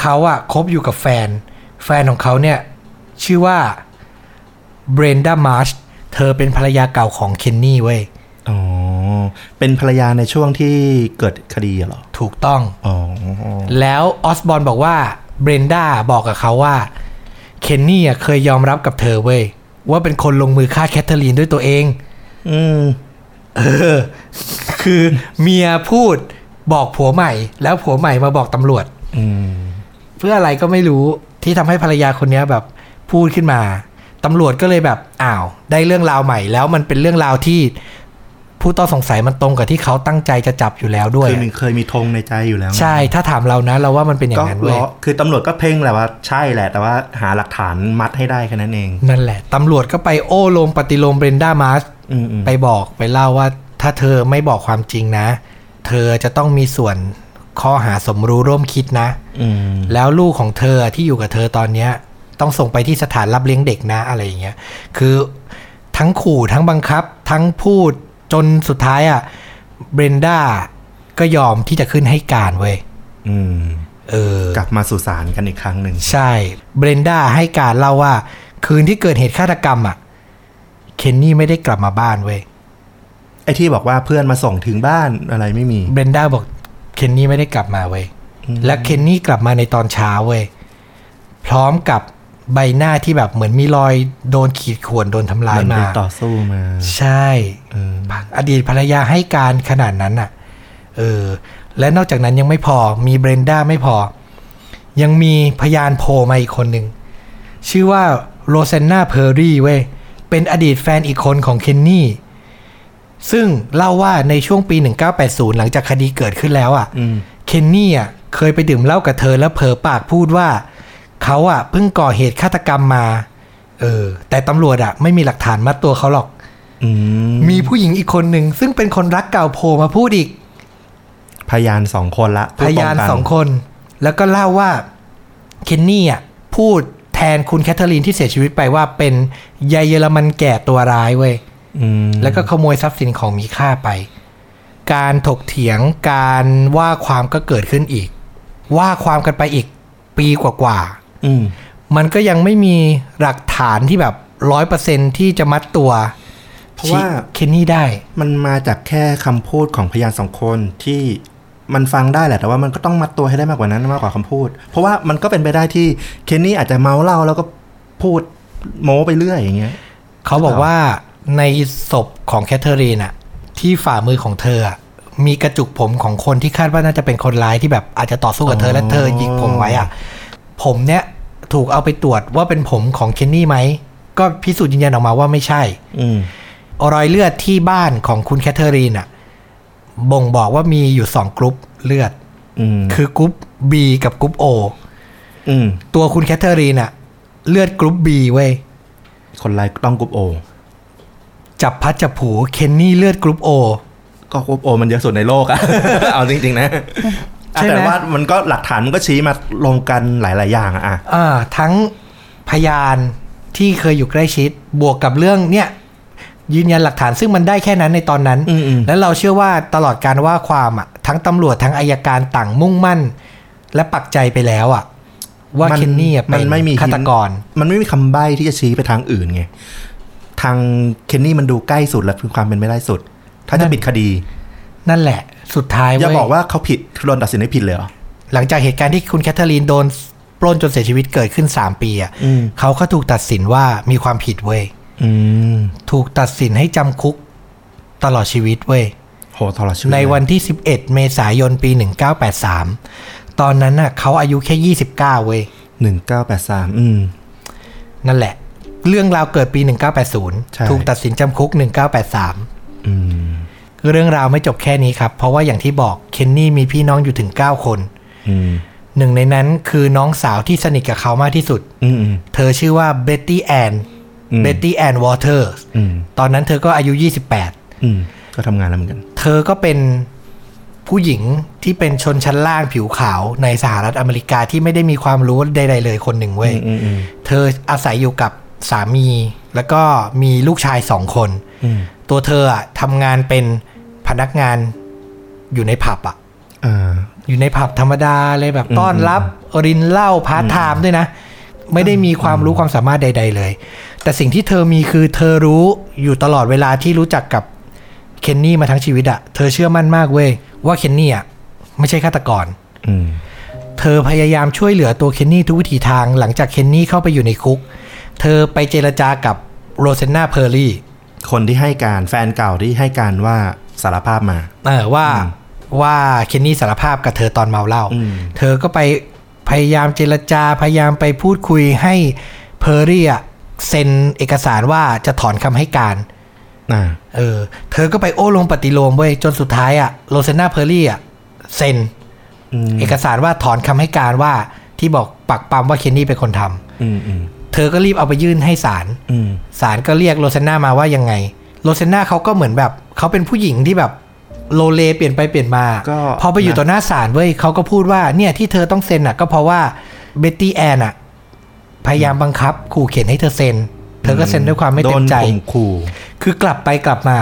[SPEAKER 1] เขาอะคบอยู่กับแฟน แฟนของเขาเนี่ย ชื่อว่าเบรนดามาร์ชเธอเป็นภรรยาเก่าของเคนนี่เว้ย
[SPEAKER 2] อ๋อ เป็นภรรยาในช่วงที่เกิดคดีเหรอ
[SPEAKER 1] ถูกต้อง
[SPEAKER 2] อ๋อ
[SPEAKER 1] แล้วออสบอนบอกว่าเบรนดาบอกกับเขาว่าเคนนี่อะเคยยอมรับกับเธอเว้ย ว่าเป็นคนลงมือฆ่าแคทเธอรีนด้วยตัวเอง
[SPEAKER 2] อืม
[SPEAKER 1] เออ คือเมียพูดบอกผัวใหม่ แล้วผัวใหม่มาบอกตำรวจ
[SPEAKER 2] อืม
[SPEAKER 1] เพื่ออะไรก็ไม่รู้ที่ทำให้ภรรยาคนเนี้ยแบบพูดขึ้นมาตำรวจก็เลยแบบอ้าว ได้เรื่องราวใหม่ แล้วมันเป็นเรื่องราวที่ ผู้ต้องสงสัยมันตรงกับที่เขาตั้งใจจะจับอยู่แล้วด้วย
[SPEAKER 2] คือมีเคยมีธงในใจอยู่แล้วไง
[SPEAKER 1] ใช่ถ้าถามเรานะเราว่ามันเป็นอย่า
[SPEAKER 2] ก็
[SPEAKER 1] งนั้น
[SPEAKER 2] ร
[SPEAKER 1] เว้ย
[SPEAKER 2] อคือตำรวจก็เพ่งแหละว่าใช่แหละ แต่ว่าหาหลักฐานมัดให้ได้แค่นั้นเอง
[SPEAKER 1] นั่นแหละ ตำรวจก็ไปโอ้โลมปฏิโลมเบรนด้ามาร์ส
[SPEAKER 2] อืมอืม
[SPEAKER 1] ไปบอกไปเล่าว่าถ้าเธอไม่บอกความจริงนะ เธอจะต้องมีส่วนข้อหาสมรู้ร่วมคิดนะ
[SPEAKER 2] อืม
[SPEAKER 1] แล้วลูกของเธอที่อยู่กับเธอตอนเนี้ย ต้องส่งไปที่สถานรับเลี้ยงเด็กนะอะไรอย่างเงี้ยคือทั้งขู่ทั้งบังคับ ทั้งพูดจนสุดท้ายอะ่ะเบรนด้าก็ยอมที่จะขึ้นให้การเว้ย
[SPEAKER 2] อืม
[SPEAKER 1] เออ
[SPEAKER 2] กลับมาสู่ศาลกันอีกครั้งหนึ่ง
[SPEAKER 1] ใช่ เบรนด้าให้การเล่าว่า คืนที่เกิดเหตุฆาตกรรมอ่ะ เคนนี่ไม่ได้กลับมาบ้านเว้ย
[SPEAKER 2] ไอ้ที่บอกว่าเพื่อนมาส่งถึงบ้านอะไรไม่มี
[SPEAKER 1] เบรนด้าบอกเคนนี่ไม่ได้กลับมาเว้ย และเคนนี่กลับมาในตอนเช้าเว้ย พร้อมกับใบหน้าที่แบบเหมือนมีรอยโดนขีดข่วนโดนทำร้าย
[SPEAKER 2] มัน
[SPEAKER 1] มา
[SPEAKER 2] ไปต่อสู้มา
[SPEAKER 1] ใช่
[SPEAKER 2] เออ
[SPEAKER 1] อดีตภรรยาให้การขนาดนั้นน่ะ เออ และนอกจากนั้นยังไม่พอ มีเบรนด้าไม่พอ ยังมีพยานโผล่มาอีกคนหนึ่ง ชื่อว่าโรเซนนาเพอร์รี่เว้ย เป็นอดีตแฟนอีกคนของเคนนี่ ซึ่งเล่าว่าในช่วงปี 1980 หลังจากคดีเกิดขึ้นแล้วอ่ะ
[SPEAKER 2] อืม
[SPEAKER 1] เคนนี่อ่ะเคยไปดื่มเหล้ากับเธอแล้วเผลอปากพูดว่า เขาอ่ะเพิ่งก่อเหตุฆาตกรรมมา เออ แต่ตำรวจอ่ะไม่มีหลักฐานมัดตัวเขาหรอก
[SPEAKER 2] อืม
[SPEAKER 1] มีผู้หญิงอีกคนหนึ่งซึ่งเป็นคนรักเก่าโผล่มาพูดอีก
[SPEAKER 2] พยานสองคนละ
[SPEAKER 1] พ
[SPEAKER 2] ดตรกั
[SPEAKER 1] ยานสองคน แล้วก็เล่าว่าเคนนี่อ่ะพูดแทนคุณแคทเธอรีนที่เสียชีวิตไปว่าเป็นยายเยอรมันแก่ตัวร้ายเว้ย
[SPEAKER 2] อืม
[SPEAKER 1] แล้วก็ขโมยทรัพย์สินของมีค่าไป การถกเถียงการว่าความก็เกิดขึ้นอีก ว่าความกันไปอีกปีกว่า
[SPEAKER 2] อืม
[SPEAKER 1] ๆ มันก็ยังไม่มีหลักฐานที่แบบร้อยเปอร์เซนที่จะมัดตัว
[SPEAKER 2] เพราะว่า
[SPEAKER 1] เคนนี่ได้
[SPEAKER 2] มันมาจากแค่คำพูดของพยานสองคนที่มันฟังได้แหละแต่ว่ามันก็ต้องมัดตัวให้ได้มากกว่านั้นมากกว่าคำพูด เพราะว่ามันก็เป็นไปได้ที่เคนนี่อาจจะเมาเหล้าแล้วก็พูดโม้ไปเรื่อยอย่างเงี้ย
[SPEAKER 1] เขาบอกว่าในศพของแคทเธอรีนอะที่ฝ่ามือของเธออะมีกระจุกผมของคนที่คาดว่าน่าจะเป็นคนร้ายที่แบบอาจจะต่อสู้กับเธอและเธอหยิกผมไว้อะผมเนี้ยถูกเอาไปตรวจว่าเป็นผมของเคนนี่ไหม ก็พิสูจน์ยืนยันออกมาว่าไม่ใช่
[SPEAKER 2] อืม
[SPEAKER 1] รอยเลือดที่บ้านของคุณแคทเธอรีนอะบ่งบอกว่ามีอยู่สองกรุ๊ปเลือด
[SPEAKER 2] อืม
[SPEAKER 1] คือกรุ๊ป B กับกรุ๊ป O
[SPEAKER 2] อืม
[SPEAKER 1] ตัวคุณแคทเธอรีนอะเลือดกรุ๊ป B เว้ย
[SPEAKER 2] คนไลค์ต้องกรุ๊ปโอ
[SPEAKER 1] จับพัดจับผูเคนนี่เลือดกรุ๊ป O
[SPEAKER 2] ก็กรุ๊ปโอมันเยอะสุดในโลกอะ เอาจริง ๆ นะ
[SPEAKER 1] ใช่ไหม
[SPEAKER 2] แต่ว่ามันก็หลักฐานมันก็ชี้มาลงกันหลาย ๆ อย่างอะอะ
[SPEAKER 1] อ่าทั้งพยานที่เคยอยู่ใกล้ชิด บวกกับเรื่องเนี่ย ยืนยันหลักฐานซึ่งมันได้แค่นั้นในตอนนั้น
[SPEAKER 2] อืมอืม
[SPEAKER 1] และเราเชื่อว่าตลอดการว่าความอ่ะทั้งตำรวจทั้งอายการต่างมุ่งมั่น และปักใจไปแล้วอ่ะ ว่า
[SPEAKER 2] มั
[SPEAKER 1] เคนนี่อะ
[SPEAKER 2] มั
[SPEAKER 1] เป็น
[SPEAKER 2] ไม่มี
[SPEAKER 1] ฆาตกร
[SPEAKER 2] มันไม่มีคำใบ้ที่จะชี้ไปทางอื่นไง ทางเคนนี่มันดูใกล้สุดและคือความเป็นไม่ได้สุด ถ้า
[SPEAKER 1] นั่
[SPEAKER 2] จะ
[SPEAKER 1] น
[SPEAKER 2] ปิดคดี
[SPEAKER 1] นั่นแหละ สุดท้าย
[SPEAKER 2] อย่า
[SPEAKER 1] เว้ย
[SPEAKER 2] บอกว่าเขาผิดโดนตัดสินให้ผิดเลยเหรอ
[SPEAKER 1] หลังจากเหตุการณ์ที่คุณแคทเธอรีนโดนปล้นจนเสียชีวิตเกิดขึ้น 3 ปีอ่ะ
[SPEAKER 2] อืม
[SPEAKER 1] เขาก็ถูกตัดสินว่ามีความผิดเว้ย
[SPEAKER 2] อืม
[SPEAKER 1] ถูกตัดสินให้จำคุกตลอดชีวิตเว้ย
[SPEAKER 2] โหตลอดชีวิต
[SPEAKER 1] ในวันที่ 11 เมษายน ปี 1983 ตอนนั้นน่ะเขาอายุแค่ 29 เว้ย
[SPEAKER 2] หนึ่งเก้าแปดสาม อืม
[SPEAKER 1] นั่นแหละ เรื่องราวเกิดปี
[SPEAKER 2] ใช่
[SPEAKER 1] 1980 ถูกตัดสินจำคุก 1983
[SPEAKER 2] อืม
[SPEAKER 1] เรื่องราวไม่จบแค่นี้ครับ เพราะว่าอย่างที่บอกเคนนี่มีพี่น้องอยู่ถึง 9 คน
[SPEAKER 2] อืม
[SPEAKER 1] หนึ่งในนั้นคือน้องสาวที่สนิทกับเขามากที่สุด
[SPEAKER 2] อืม อืม
[SPEAKER 1] เธอชื่อว่าเบตตี้แอน
[SPEAKER 2] อืม
[SPEAKER 1] เบตตี้แอนวอเตอร์
[SPEAKER 2] อืม
[SPEAKER 1] ตอนนั้นเธอก็อายุ 28
[SPEAKER 2] อืมก็ทำงานแล้วเหมือนกัน
[SPEAKER 1] เธอก็เป็นผู้หญิงที่เป็นชนชั้นล่างผิวขาวในสหรัฐอเมริกาที่ไม่ได้มีความรู้ใด ๆ เลยคนหนึ่งเว้ย
[SPEAKER 2] อืม อืม
[SPEAKER 1] เธออาศัยอยู่กับสามี แล้วก็มีลูกชายสองคน
[SPEAKER 2] อืม
[SPEAKER 1] ตัวเธออะทำงานเป็นพนักงานอยู่ในผับอะ
[SPEAKER 2] อ่า
[SPEAKER 1] อยู่ในผับธรรมดาเลยแบบต้อนรับรินเหล้าพาร์ทไทม์ด้วยนะ ไม่ได้มีความรู้ความสามารถใด ๆ เลย แต่สิ่งที่เธอมีคือเธอรู้อยู่ตลอดเวลาที่รู้จักกับเคนนี่มาทั้งชีวิตอะเธอเชื่อมั่นมากเว้ยว่าเคนนี่อะไม่ใช่ฆาตกร
[SPEAKER 2] อืม
[SPEAKER 1] เธอพยายามช่วยเหลือตัวเคนนี่ทุกวิถีทางหลังจากเคนนี่เข้าไปอยู่ในคุก เธอไปเจรจากับโรเซนนาเพอร์ลี่
[SPEAKER 2] คนที่ให้การแฟนเก่าที่ให้การว่าสารภาพมา
[SPEAKER 1] เออว่าว่าเคนนี่สารภาพกับเธอตอนเมาเหล้า
[SPEAKER 2] อืม
[SPEAKER 1] เธอก็ไปพยายามเจรจาพยายามไปพูดคุยให้เพอร์ลี่อะเซ็นเอกสารว่าจะถอนคำให้การ
[SPEAKER 2] อ่า
[SPEAKER 1] เออ เธอก็ไปโอ้ลงปฏิโลมเว้ยจนสุดท้ายอะโรเซนนาเพอร์ลี่อะเซ็น
[SPEAKER 2] อืม
[SPEAKER 1] เอกสารว่าถอนคำให้การว่าที่บอกปักปามว่าเคนนี่เป็นคนทำ
[SPEAKER 2] อืม อืม
[SPEAKER 1] เธอก็รีบเอาไปยื่นให้ศาล
[SPEAKER 2] อืม
[SPEAKER 1] ศาลก็เรียกโรเซน่ามาว่ายังไง โรเซน่าเขาก็เหมือนแบบเขาเป็นผู้หญิงที่แบบโลเลเปลี่ยนไปเปลี่ยนมา
[SPEAKER 2] ก็
[SPEAKER 1] พอไปอยู่ต่อหน้าศาลเว้ยเขาก็พูดว่าเนี่ยที่เธอต้องเซ็นอ่ะ ก็เพราะว่าเบตตี้แอนอ่ะพยายามบังคับขู่เข็นให้เธอเซ็น เธอก็เซ็นด้วยความไม่เต็มใจ
[SPEAKER 2] โดนข่มขู่
[SPEAKER 1] คือกลับไปกลับมา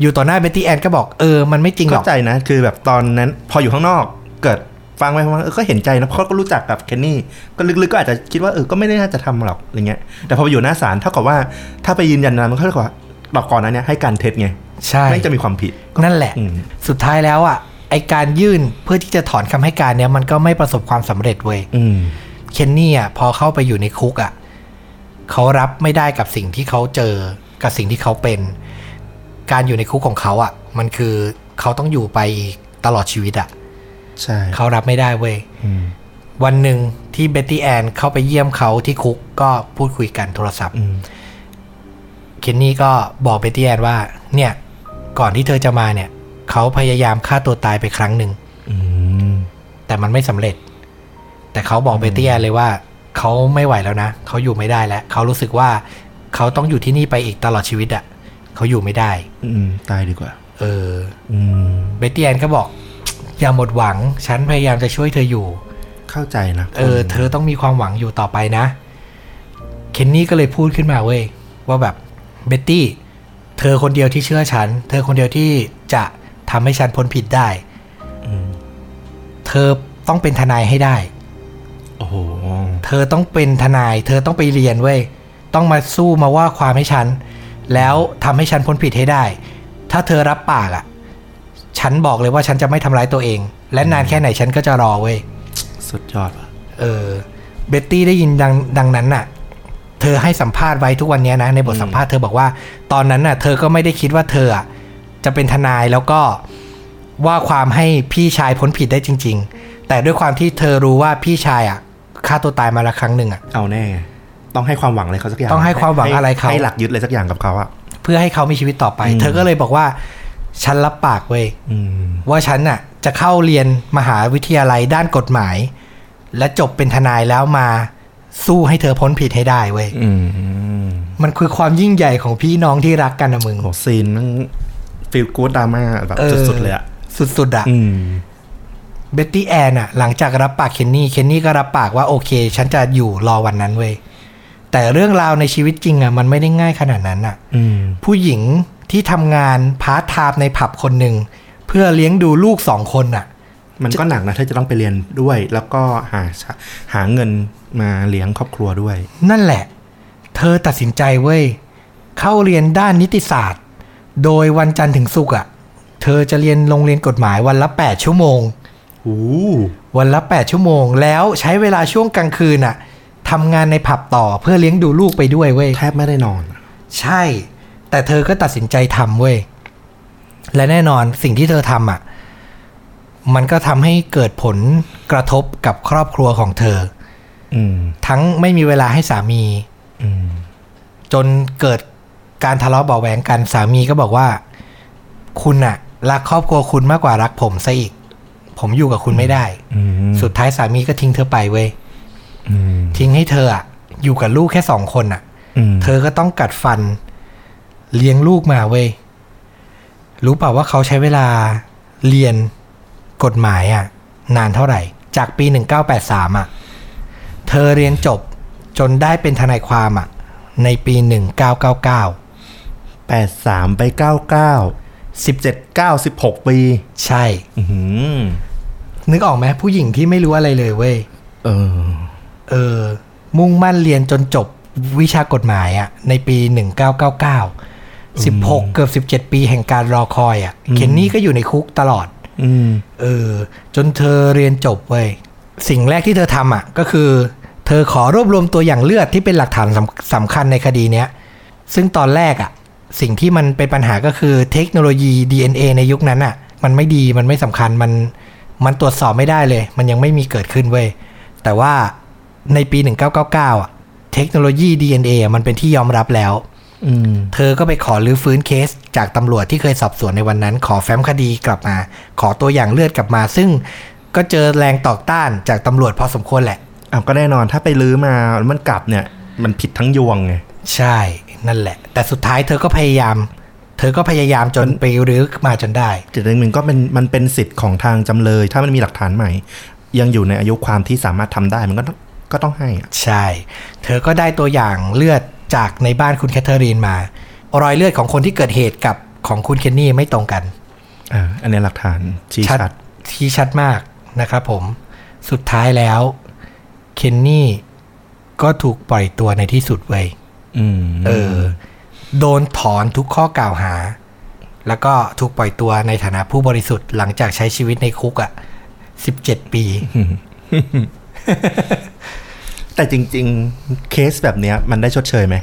[SPEAKER 1] อยู่ต่อหน้าเบตตี้แอนก็บอกเออมันไม่จริงหร
[SPEAKER 2] เข้า
[SPEAKER 1] อก
[SPEAKER 2] ใจนะคือแบบตอนนั้นพออยู่ข้างนอกเกิดฟังไปฟังมาเออก็เห็นใจนะเพราะเขาก็รู้จักกับเคนนี่ก็ลึกๆก็อาจจะคิดว่าเออก็ไม่ได้น่าจะทำหรอกอะไรเงี้ยแต่พอไปอยู่หน้าศาลเท่ากับว่าถ้าไปยืนยันนั้นมันก็เท่ากับว่าเราก่อนหนั้นเนี่ยให้การเท็จไง
[SPEAKER 1] ใช่
[SPEAKER 2] แม่งจะมีความผิด
[SPEAKER 1] นั่นแหละ
[SPEAKER 2] อืม
[SPEAKER 1] สุดท้ายแล้วอ่ะไอการยื่นเพื่อที่จะถอนคำให้การเนี้ยมันก็ไม่ประสบความสำเร็จเว้ย
[SPEAKER 2] อืม
[SPEAKER 1] เคนนี่อ่ะพอเข้าไปอยู่ในคุกอ่ะเขารับไม่ได้กับสิ่งที่เขาเจอกับสิ่งที่เขาเป็น การอยู่ในคุกของเขาอ่ะ มันคือเขาต้องอยู่ไปอีกตลอดชีวิตอ่ะ
[SPEAKER 2] ใช่
[SPEAKER 1] เขารับไม่ได้เว้ย
[SPEAKER 2] อืม
[SPEAKER 1] วันหนึ่งที่เบตตี้แอนเข้าไปเยี่ยมเขาที่คุกก็พูดคุยกันโทรศัพท์
[SPEAKER 2] อืม
[SPEAKER 1] เคนนี่ก็บอกเบตตี้แอนว่า เนี่ย ก่อนที่เธอจะมาเนี่ย เขาพยายามฆ่าตัวตายไปครั้งหนึ่ง
[SPEAKER 2] อืม
[SPEAKER 1] แต่มันไม่สำเร็จ แต่เขาบอกเบติแอนเลยว่า เขาไม่ไหวแล้วนะ เขาอยู่ไม่ได้แล้ว เขารู้สึกว่าเขาต้องอยู่ที่นี่ไปอีกตลอดชีวิตอะ่ะเขาอยู่ไม่ได้
[SPEAKER 2] อืมตายดีกว่า
[SPEAKER 1] เออ
[SPEAKER 2] อืม
[SPEAKER 1] เบติแอนก็บอก อย่าหมดหวัง ฉันพยายามจะช่วยเธออยู่
[SPEAKER 2] เข้าใจนะ
[SPEAKER 1] เออ เธอต้องมีความหวังอยู่ต่อไปนะ เคนนี่ก็เลยพูดขึ้นมาเว้ย ว่าแบบเบตตี้ เธอคนเดียวที่เชื่อฉัน เธอคนเดียวที่จะทำให้ฉันพ้นผิดได้
[SPEAKER 2] อืม
[SPEAKER 1] เธอต้องเป็นทนายให้ได้
[SPEAKER 2] โอ้โห
[SPEAKER 1] เธอต้องเป็นทนาย เธอต้องไปเรียนเว้ย ต้องมาสู้มาว่าความให้ฉัน แล้วทำให้ฉันพ้นผิดให้ได้ ถ้าเธอรับปากอะ่ะ ฉันบอกเลยว่าฉันจะไม่ทำร้ายตัวเอง และนานแค่ไหนฉันก็จะรอเว้ย
[SPEAKER 2] สุดยอดว่ะ
[SPEAKER 1] เออเบตตี้ได้ยินดังดังนั้นน่ะ เธอให้สัมภาษณ์ไว้ทุกวันเนี้ยนะ ในบทสัมภาษณ์เธอบอกว่า ตอนนั้นน่ะ เธอก็ไม่ได้คิดว่าเธออะจะเป็นทนายแล้วก็ว่าความให้พี่ชายพ้นผิดได้จริง ๆ แต่ด้วยความที่เธอรู้ว่าพี่ชายอ่ะฆ่าตัวตายมาและครั้งหนึ่งอ่ะ
[SPEAKER 2] เอาแน่ ต้องให้ความหวังอะไรเขาสักอย่าง
[SPEAKER 1] ต้องให้ความหวังอะไรเขา
[SPEAKER 2] ให้หลักยึดอะไรสักอย่างกับเขาอ่ะ
[SPEAKER 1] เพื่อให้เขามีชีวิตต่อไป
[SPEAKER 2] อืม
[SPEAKER 1] เธอก็เลยบอกว่า ฉันรับปากเว้ย
[SPEAKER 2] อืม
[SPEAKER 1] ว่าฉันน่ะจะเข้าเรียนมหาวิทยาลัยด้านกฎหมาย และจบเป็นทนายแล้วมาสู้ให้เธอพ้นผิดให้ได้เว้ย
[SPEAKER 2] อืม
[SPEAKER 1] มันคือความยิ่งใหญ่ของพี่น้องที่รักกันนะมึง
[SPEAKER 2] โหซีนมันฟิลกู๊ดดราม่าแบบ
[SPEAKER 1] เออ
[SPEAKER 2] สุดๆเลยอ่ะ
[SPEAKER 1] สุดๆอะ
[SPEAKER 2] อืม
[SPEAKER 1] เบตตี้แอนอะหลังจากรับปากเคนนี่เคนนี่ก็รับปากว่าโอเค ฉันจะอยู่รอวันนั้นเว้ยแต่เรื่องราวในชีวิตจริงอะมันไม่ได้ง่ายขนาดนั้นอะ
[SPEAKER 2] อืม
[SPEAKER 1] ผู้หญิงที่ทำงานพาร์ทไทม์ในผับคนหนึ่ง เพื่อเลี้ยงดูลูกสองคนอะ
[SPEAKER 2] มันก็หนักนะถ้าจะต้องไปเรียนด้วย แล้วก็หาหาเงินมาเลี้ยงครอบครัวด้วย
[SPEAKER 1] นั่นแหละ เธอตัดสินใจเว้ยเข้าเรียนด้านนิติศาสตร์ โดยวันจันทร์ถึงศุกร์อะเธอจะเรียนโรงเรียนกฎหมายวันละ 8 ชั่วโมง
[SPEAKER 2] โอ้
[SPEAKER 1] วันละ 8 ชั่วโมง แล้วใช้เวลาช่วงกลางคืนน่ะทำงานในผับต่อเพื่อเลี้ยงดูลูกไปด้วยเว้ย
[SPEAKER 2] แทบไม่ได้นอนอะ
[SPEAKER 1] ใช่ แต่เธอก็ตัดสินใจทำเว้ย และแน่นอนสิ่งที่เธอทำอ่ะ มันก็ทำให้เกิดผลกระทบกับครอบครัวของเธอ
[SPEAKER 2] อืม
[SPEAKER 1] ทั้งไม่มีเวลาให้สามี
[SPEAKER 2] อืม
[SPEAKER 1] จนเกิดการทะเลาะเบาะแหวงกันสามีก็บอกว่า คุณน่ะ รักครอบครัวคุณมากกว่ารักผมซะอีก ผมอยู่กับคุณไม่ได้
[SPEAKER 2] อืม
[SPEAKER 1] สุดท้ายสามีก็ทิ้งเธอไปเว้ย
[SPEAKER 2] อืม
[SPEAKER 1] ทิ้งให้เธออะอยู่กับลูกแค่สองคนอะ
[SPEAKER 2] อืม
[SPEAKER 1] เธอก็ต้องกัดฟัน เลี้ยงลูกมาเว้ย รู้เปล่าว่าเขาใช้เวลาเรียนกฎหมายอะนานเท่าไหร่ จากปี 1983อะเธอเรียนจบจนได้เป็นทนายความอะในปี 1999
[SPEAKER 2] แปดสามไปเก้าเก้าสิบเจ็ดเก้าสิบหกปี
[SPEAKER 1] ใช่
[SPEAKER 2] อืม
[SPEAKER 1] นึกออกไหมผู้หญิงที่ไม่รู้อะไรเลยเว้ย
[SPEAKER 2] เออ
[SPEAKER 1] เออ มุ่งมั่นเรียนจนจบวิชากฎหมายอะในปี 1999 16 เกือบ 17 ปีแห่งการรอคอยอะเคนนี่ก็อยู่ในคุกตลอด
[SPEAKER 2] อืม
[SPEAKER 1] เออ จนเธอเรียนจบเว้ย สิ่งแรกที่เธอทำอะก็คือ เธอขอรวบรวมตัวอย่างเลือดที่เป็นหลักฐานสำสำคัญในคดีเนี้ย ซึ่งตอนแรกอะสิ่งที่มันเป็นปัญหาก็คือเทคโนโลยี DNA ในยุคนั้นอะมันไม่ดีมันไม่สำคัญมันมันตรวจสอบไม่ได้เลย มันยังไม่มีเกิดขึ้นเว้ย แต่ว่าในปี 1999อะเทคโนโลยี DNA อะมันเป็นที่ยอมรับแล้ว
[SPEAKER 2] อืม
[SPEAKER 1] เธอก็ไปขอรื้อฟื้นเคสจากตำรวจที่เคยสอบสวนในวันนั้น ขอแฟ้มคดีกลับมา ขอตัวอย่างเลือดกลับมา ซึ่งก็เจอแรงต่อต้านจากตำรวจพอสมควรแหละ
[SPEAKER 2] เอาก็แน่นอนถ้าไปลื้อมาแล้วมันกลับเนี่ย มันผิดทั้งยวงไง
[SPEAKER 1] ใช่นั่นแหละ แต่สุดท้ายเธอก็พยายาม เธอก็พยายามจนไปรื้อมาจนได้
[SPEAKER 2] จุดหนึ่งก็เป็นมันเป็นสิทธิ์ของทางจำเลย ถ้ามันมีหลักฐานใหม่ ยังอยู่ในอายุความที่สามารถทำได้มันก็ต้องก็ต้องให้อะ
[SPEAKER 1] ใช่ เธอก็ได้ตัวอย่างเลือดจากในบ้านคุณแคทเธอรีนมา รอยเลือดของคนที่เกิดเหตุกับของคุณเคนนี่ไม่ตรงกัน
[SPEAKER 2] อ่าอันนี้หลักฐานชี้ชัด
[SPEAKER 1] ชี้ชัดมากนะครับผมสุดท้ายแล้ว เคนนี่ก็ถูกปล่อยตัวในที่สุดเว้ย
[SPEAKER 2] อืม
[SPEAKER 1] เออ โดนถอนทุกข้อกล่าวหา แล้วก็ถูกปล่อยตัวในฐานะผู้บริสุทธิ์หลังจากใช้ชีวิตในคุกอะ่ะสิบเจ็ดปี
[SPEAKER 2] แต่จริง ๆ เคสแบบเนี้ยมันได้ชดเชยไหม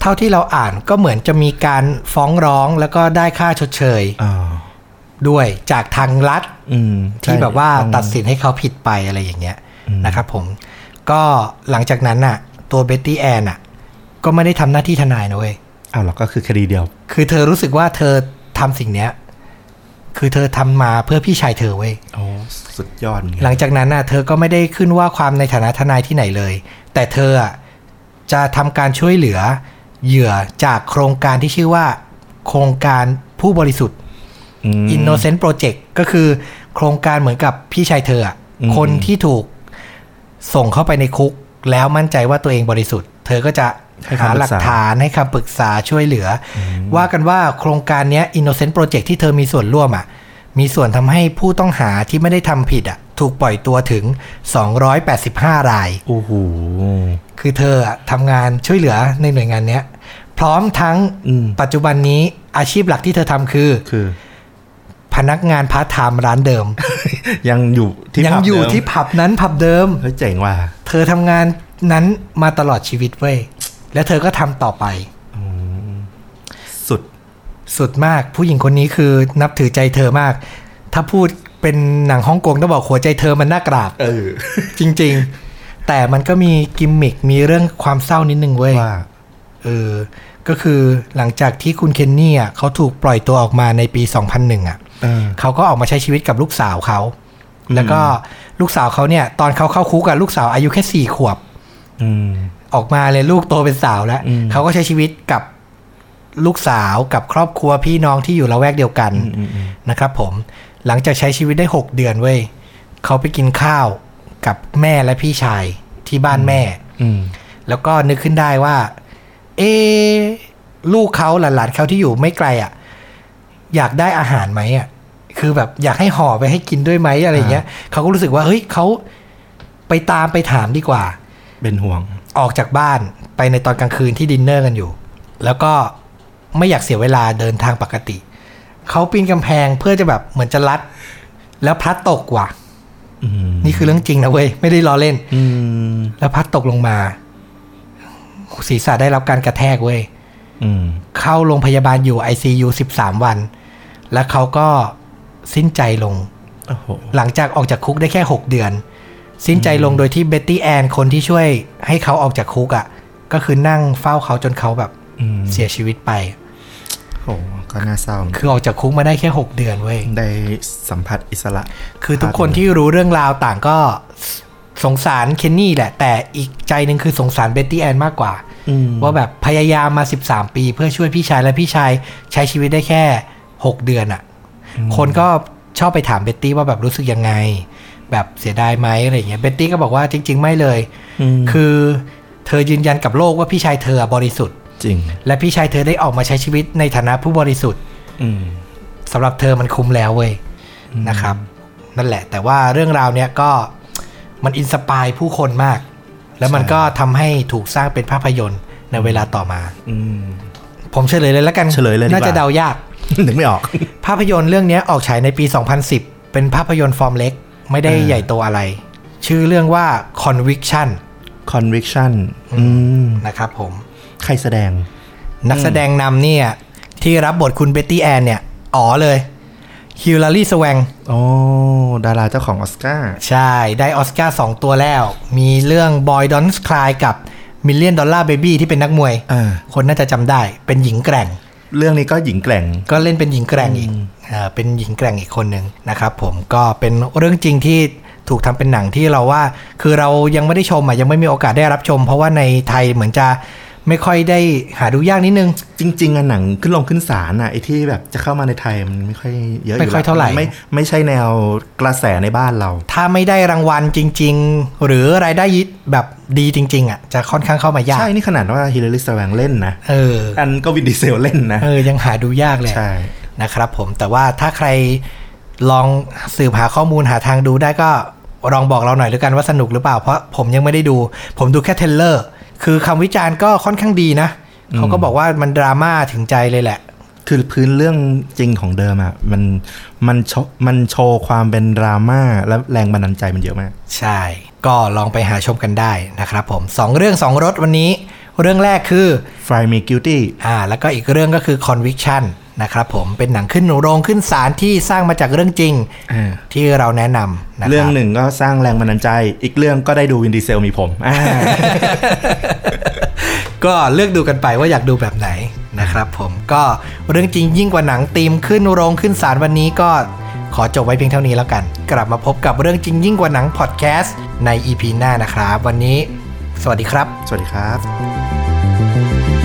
[SPEAKER 1] เท่าที่เราอ่านก็เหมือนจะมีการฟ้องร้องแล้วก็ได้ค่าชดเชย
[SPEAKER 2] อ๋อ
[SPEAKER 1] ด้วยจากทางรัฐ
[SPEAKER 2] อืม
[SPEAKER 1] ที่
[SPEAKER 2] ใช่
[SPEAKER 1] แบบว่า
[SPEAKER 2] อง
[SPEAKER 1] ตัดสินให้เขาผิดไปอะไรอย่างเงี้ยนะครับผม ก็หลังจากนั้นน่ะ ตัวเบตตี้แอนน่ะ ก็ไม่ได้ทำหน้าที่ทนายนะเว้ย
[SPEAKER 2] อ้าวเหรอก็คือคดีเดียว
[SPEAKER 1] คือเธอรู้สึกว่าเธอทำสิ่งเนี้ย คือเธอทำมาเพื่อพี่ชายเธอเว้ย
[SPEAKER 2] โอ้สุดยอดเหมือน
[SPEAKER 1] ห
[SPEAKER 2] กั
[SPEAKER 1] ลั
[SPEAKER 2] น
[SPEAKER 1] งจากนั้นน่ะเธอก็ไม่ได้ขึ้นว่าความในฐานะทนายที่ไหนเลย แต่เธออ่ะจะทำการช่วยเหลือเหยื่อจากโครงการที่ชื่อว่า โครงการผู้บริสุทธิ์
[SPEAKER 2] ม
[SPEAKER 1] Innocent Project ก็คือโครงการเหมือนกับพี่ชายเธออ่ะ
[SPEAKER 2] อืม
[SPEAKER 1] คนที่ถูกส่งเข้าไปในคุก แล้วมั่นใจว่าตัวเองบริสุทธิ์ เธอก็จะหาหลักฐานให้คำปรึกษาช่วยเหลืออว่ากันว่าโครงการเนี้ย Innocent Project ที่เธอมีส่วนร่วมอ่ะมีส่วนทำให้ผู้ต้องหาที่ไม่ได้ทำผิดอ่ะถูกปล่อยตัวถึง 285 ราย
[SPEAKER 2] โอ้โห
[SPEAKER 1] คือเธออะทำงานช่วยเหลือในหน่วยงานเนี้ยพร้อมทั้ง
[SPEAKER 2] อืม
[SPEAKER 1] ปัจจุบันนี้อาชีพหลักที่เธอทำคือ
[SPEAKER 2] คือ
[SPEAKER 1] พนักงานพาร์ทไทม์ร้านเดิม
[SPEAKER 2] ยังอยู่ที่
[SPEAKER 1] ยัง
[SPEAKER 2] ผับ
[SPEAKER 1] อยู่
[SPEAKER 2] เดิม
[SPEAKER 1] ที่ผับนั้นผับเดิม
[SPEAKER 2] เฮ้ยเจ๋งว่ะ
[SPEAKER 1] เธอทำงานนั้นมาตลอดชีวิตเว้ย และเธอก็ทำต่อไป
[SPEAKER 2] สุด
[SPEAKER 1] สุดมากผู้หญิงคนนี้คือนับถือใจเธอมาก ถ้าพูดเป็นหนังฮ่องกงต้องบอกหัวใจเธอมันน่ากราบ
[SPEAKER 2] เออ
[SPEAKER 1] จริง ๆ แต่มันก็มีกิมมิคมีเรื่องความเศร้านิดนึงเว้ย
[SPEAKER 2] ว่า
[SPEAKER 1] เออ ก็คือหลังจากที่คุณเคนนี่อ่ะเขาถูกปล่อยตัวออกมาในปี 2001 อ่ะ
[SPEAKER 2] เออ
[SPEAKER 1] เขาก็ออกมาใช้ชีวิตกับลูกสาวเขา แล้วก็ลูกสาวเขาเนี่ย ตอนเขาเข้าคุกอะลูกสาวอายุแค่สี่ขวบ
[SPEAKER 2] อืม
[SPEAKER 1] ออกมาเลยลูกโตเป็นสาวแล้ว
[SPEAKER 2] อืม
[SPEAKER 1] เขาก็ใช้ชีวิตกับลูกสาวกับครอบครัวพี่น้องที่อยู่ละแวกเดียวกัน
[SPEAKER 2] อืมอืม
[SPEAKER 1] นะครับผม หลังจากใช้ชีวิตได้ 6 เดือนเว้ยเขาไปกินข้าวกับแม่และพี่ชายที่บ้านแม่
[SPEAKER 2] อืม
[SPEAKER 1] แล้วก็นึกขึ้นได้ว่า เอะลูกเขาหลานๆเขาที่อยู่ไม่ไกลอะ่ะ อยากได้อาหารไหมอะ่ะ คือแบบอยากให้ห่อไปให้กินด้วยไหมอะไรอย่างเงี้ยเขาก็รู้สึกว่าเฮ้ยเขาไปตามไปถามดีกว่า
[SPEAKER 2] เป็นห่วง
[SPEAKER 1] ออกจากบ้านไปในตอนกลางคืนที่ดินเนอร์กันอยู่ แล้วก็ไม่อยากเสียเวลาเดินทางปกติ เขาปีนกำแพงเพื่อจะแบบเหมือนจะลัด แล้วพลัดตกว่ะ
[SPEAKER 2] อืม
[SPEAKER 1] นี่คือเรื่องจริงนะเว้ยไม่ได้ล้อเล่น
[SPEAKER 2] อืม
[SPEAKER 1] แล้วพลัดตกลงมา ศีรษะได้รับการกระแทกเว้ย
[SPEAKER 2] อืม
[SPEAKER 1] เข้าโรงพยาบาลอยู่ ICU 13 วัน แล้วเขาก็สิ้นใจลง
[SPEAKER 2] โอ้โห
[SPEAKER 1] หลังจากออกจากคุกได้แค่ 6 เดือน สิ้นใจลงโดยที่เบ็ตตี้แอนคนที่ช่วยให้เขาออกจากคุกอะ่ะ ก็คือนั่งเฝ้าเขาจนเขาแบบ
[SPEAKER 2] อืม
[SPEAKER 1] เสียชีวิตไป
[SPEAKER 2] โหก็น่าเศร้าเหมือนกัน
[SPEAKER 1] คือออกจากคุกมาได้แค่ 6 เดือนเว้ย
[SPEAKER 2] ได้สัมผัสอิสระ
[SPEAKER 1] คือทุกคนที่รู้เรื่องราวต่างก็สงสารเคนนี่แหละ แต่อีกใจหนึ่งคือสงสารเบ็ตตี้แอนมากกว่า
[SPEAKER 2] อืม
[SPEAKER 1] ว่าแบบพยายามมา 13 ปี เพื่อช่วยพี่ชายและพี่ชายใช้ชีวิตได้แค่ 6 เดือนอะ่ะ คนก็ชอบไปถามเบ็ตตี้ว่าแบบรู้สึกยังไง แบบเสียดายไหมอะไรอย่างเงี้ยเบ็ตตี้ก็บอกว่าจริง ๆ ไม่เลย คือเธอยืนยันกับโลกว่าพี่ชายเธออะบริสุทธิ์
[SPEAKER 2] จริง
[SPEAKER 1] และพี่ชายเธอได้ออกมาใช้ชีวิตในฐานะผู้บริสุทธิ์
[SPEAKER 2] อืม
[SPEAKER 1] สำหรับเธอมันคุ้มแล้วเว้ยนะครับ นั่นแหละ แต่ว่าเรื่องราวเนี้ยก็มันอินสปายผู้คนมาก แล้วมันก็ทำให้ถูกสร้างเป็นภาพยนตร์ในเวลาต่อมา
[SPEAKER 2] อืม ผม
[SPEAKER 1] ผมเฉลยเลยแล้วกัน
[SPEAKER 2] เฉลยเลยดีกว่า
[SPEAKER 1] น่าจะเดายาก
[SPEAKER 2] นึกไม่ออก
[SPEAKER 1] ภาพยนตร์เรื่องเนี้ยออกฉายในปี 2010 เป็นภาพยนตร์ฟอร์มเล็ก ไม่ได้
[SPEAKER 2] อ่า
[SPEAKER 1] ใหญ่โตอะไร ชื่อเรื่องว่า Conviction
[SPEAKER 2] conviction อืม
[SPEAKER 1] นะครับผม
[SPEAKER 2] ใครแสดง
[SPEAKER 1] นักแสดงนำเนี่ยที่รับบทคุณเบตตี้แอนเนี่ย อ๋อเลยฮิลลารีสแวง
[SPEAKER 2] โอ้ ดาราเจ้าของออสการ์
[SPEAKER 1] ใช่ ได้ออสการ์สองตัวแล้ว มีเรื่อง Boy Don't Cry กับ Million Dollar Baby ที่เป็นนักมวย
[SPEAKER 2] อ่า
[SPEAKER 1] คนน่าจะจำได้ เป็นหญิงแกร่ง
[SPEAKER 2] เรื่องนี้ก็หญิงแกร่ง
[SPEAKER 1] ก็เล่นเป็นหญิงแกร่งอีกอ่าเป็นหญิงแกร่งอีกคนหนึ่งนะครับผมก็เป็นเรื่องจริงที่ถูกทำเป็นหนังที่เราว่า คือเรายังไม่ได้ชมอ่ะยังไม่มีโอกาสได้รับชม เพราะว่าในไทยเหมือนจะไม่ค่อยได้หาดูยากนิดนึง
[SPEAKER 2] จริง ๆอะหนังขึ้นลงขึ้นศาลอะไอที่แบบจะเข้ามาในไทยมันไม่ค่อยเยอะ
[SPEAKER 1] ไม่ค่อย
[SPEAKER 2] แล้ว
[SPEAKER 1] เท่าไหร่
[SPEAKER 2] ไม่ไม่ใช่แนวกระแสในบ้านเรา
[SPEAKER 1] ถ้าไม่ได้รางวัลจริง ๆ หรือรายได้แบบดีจริง ๆอ่ะจะค่อนข้างเข้ามายาก
[SPEAKER 2] ใช่ นี่ขนาดว่าฮิลลารีสแวงเล่นนะ
[SPEAKER 1] เออ
[SPEAKER 2] อันก็วินดีเซลเล่นนะ
[SPEAKER 1] เออยังหาดูยากเลย
[SPEAKER 2] ใช่
[SPEAKER 1] นะครับผมแต่ว่าถ้าใครลองสืบหาข้อมูลหาทางดูได้ก็ลองบอกเราหน่อยแล้วกันว่าสนุกหรือเปล่า เพราะผมยังไม่ได้ดู ผมดูแค่เทรลเลอร์ คือคำวิจารณ์ก็ค่อนข้างดีนะ เขาก็บอกว่ามันดราม่าถึงใจเลยแหละ
[SPEAKER 2] คือพื้นเรื่องจริงของเดิมอะมันมันโชมันโชว์ความเป็นดราม่าและแรงบันดาลใจมันเยอะมาก
[SPEAKER 1] ใช่ ก็ลองไปหาชมกันได้นะครับผมสองเรื่องสองรถวันนี้ เรื่องแรกคือ
[SPEAKER 2] Fry Me Guilty
[SPEAKER 1] อ่าแล้วก็อีกเรื่องก็คือ Conviction นะครับผมเป็นหนังขึ้นโรงขึ้นศาลที่สร้างมาจากเรื่องจริง
[SPEAKER 2] อ่า
[SPEAKER 1] ที่เราแนะนำนะคบ
[SPEAKER 2] เรื่องหนึ่งก็สร้างแรงบันดาลใจ อีกเรื่องก็ได้ดูวินดีเซลมีผมอ่า
[SPEAKER 1] ก็เลือกดูกันไปว่าอยากดูแบบไหน นะครับผมก็เรื่องจริงยิ่งกว่าหนังตีมขึ้นโรงขึ้นศาลวันนี้ก็ขอจบไว้เพียงเท่านี้แล้วกัน กลับมาพบกับเรื่องจริงยิ่งกว่าหนังพอดแคสต์ใน EP หน้านะครับ วันนี้ สวัสดีครับ
[SPEAKER 2] สวัสดีครับ
[SPEAKER 3] Thank you.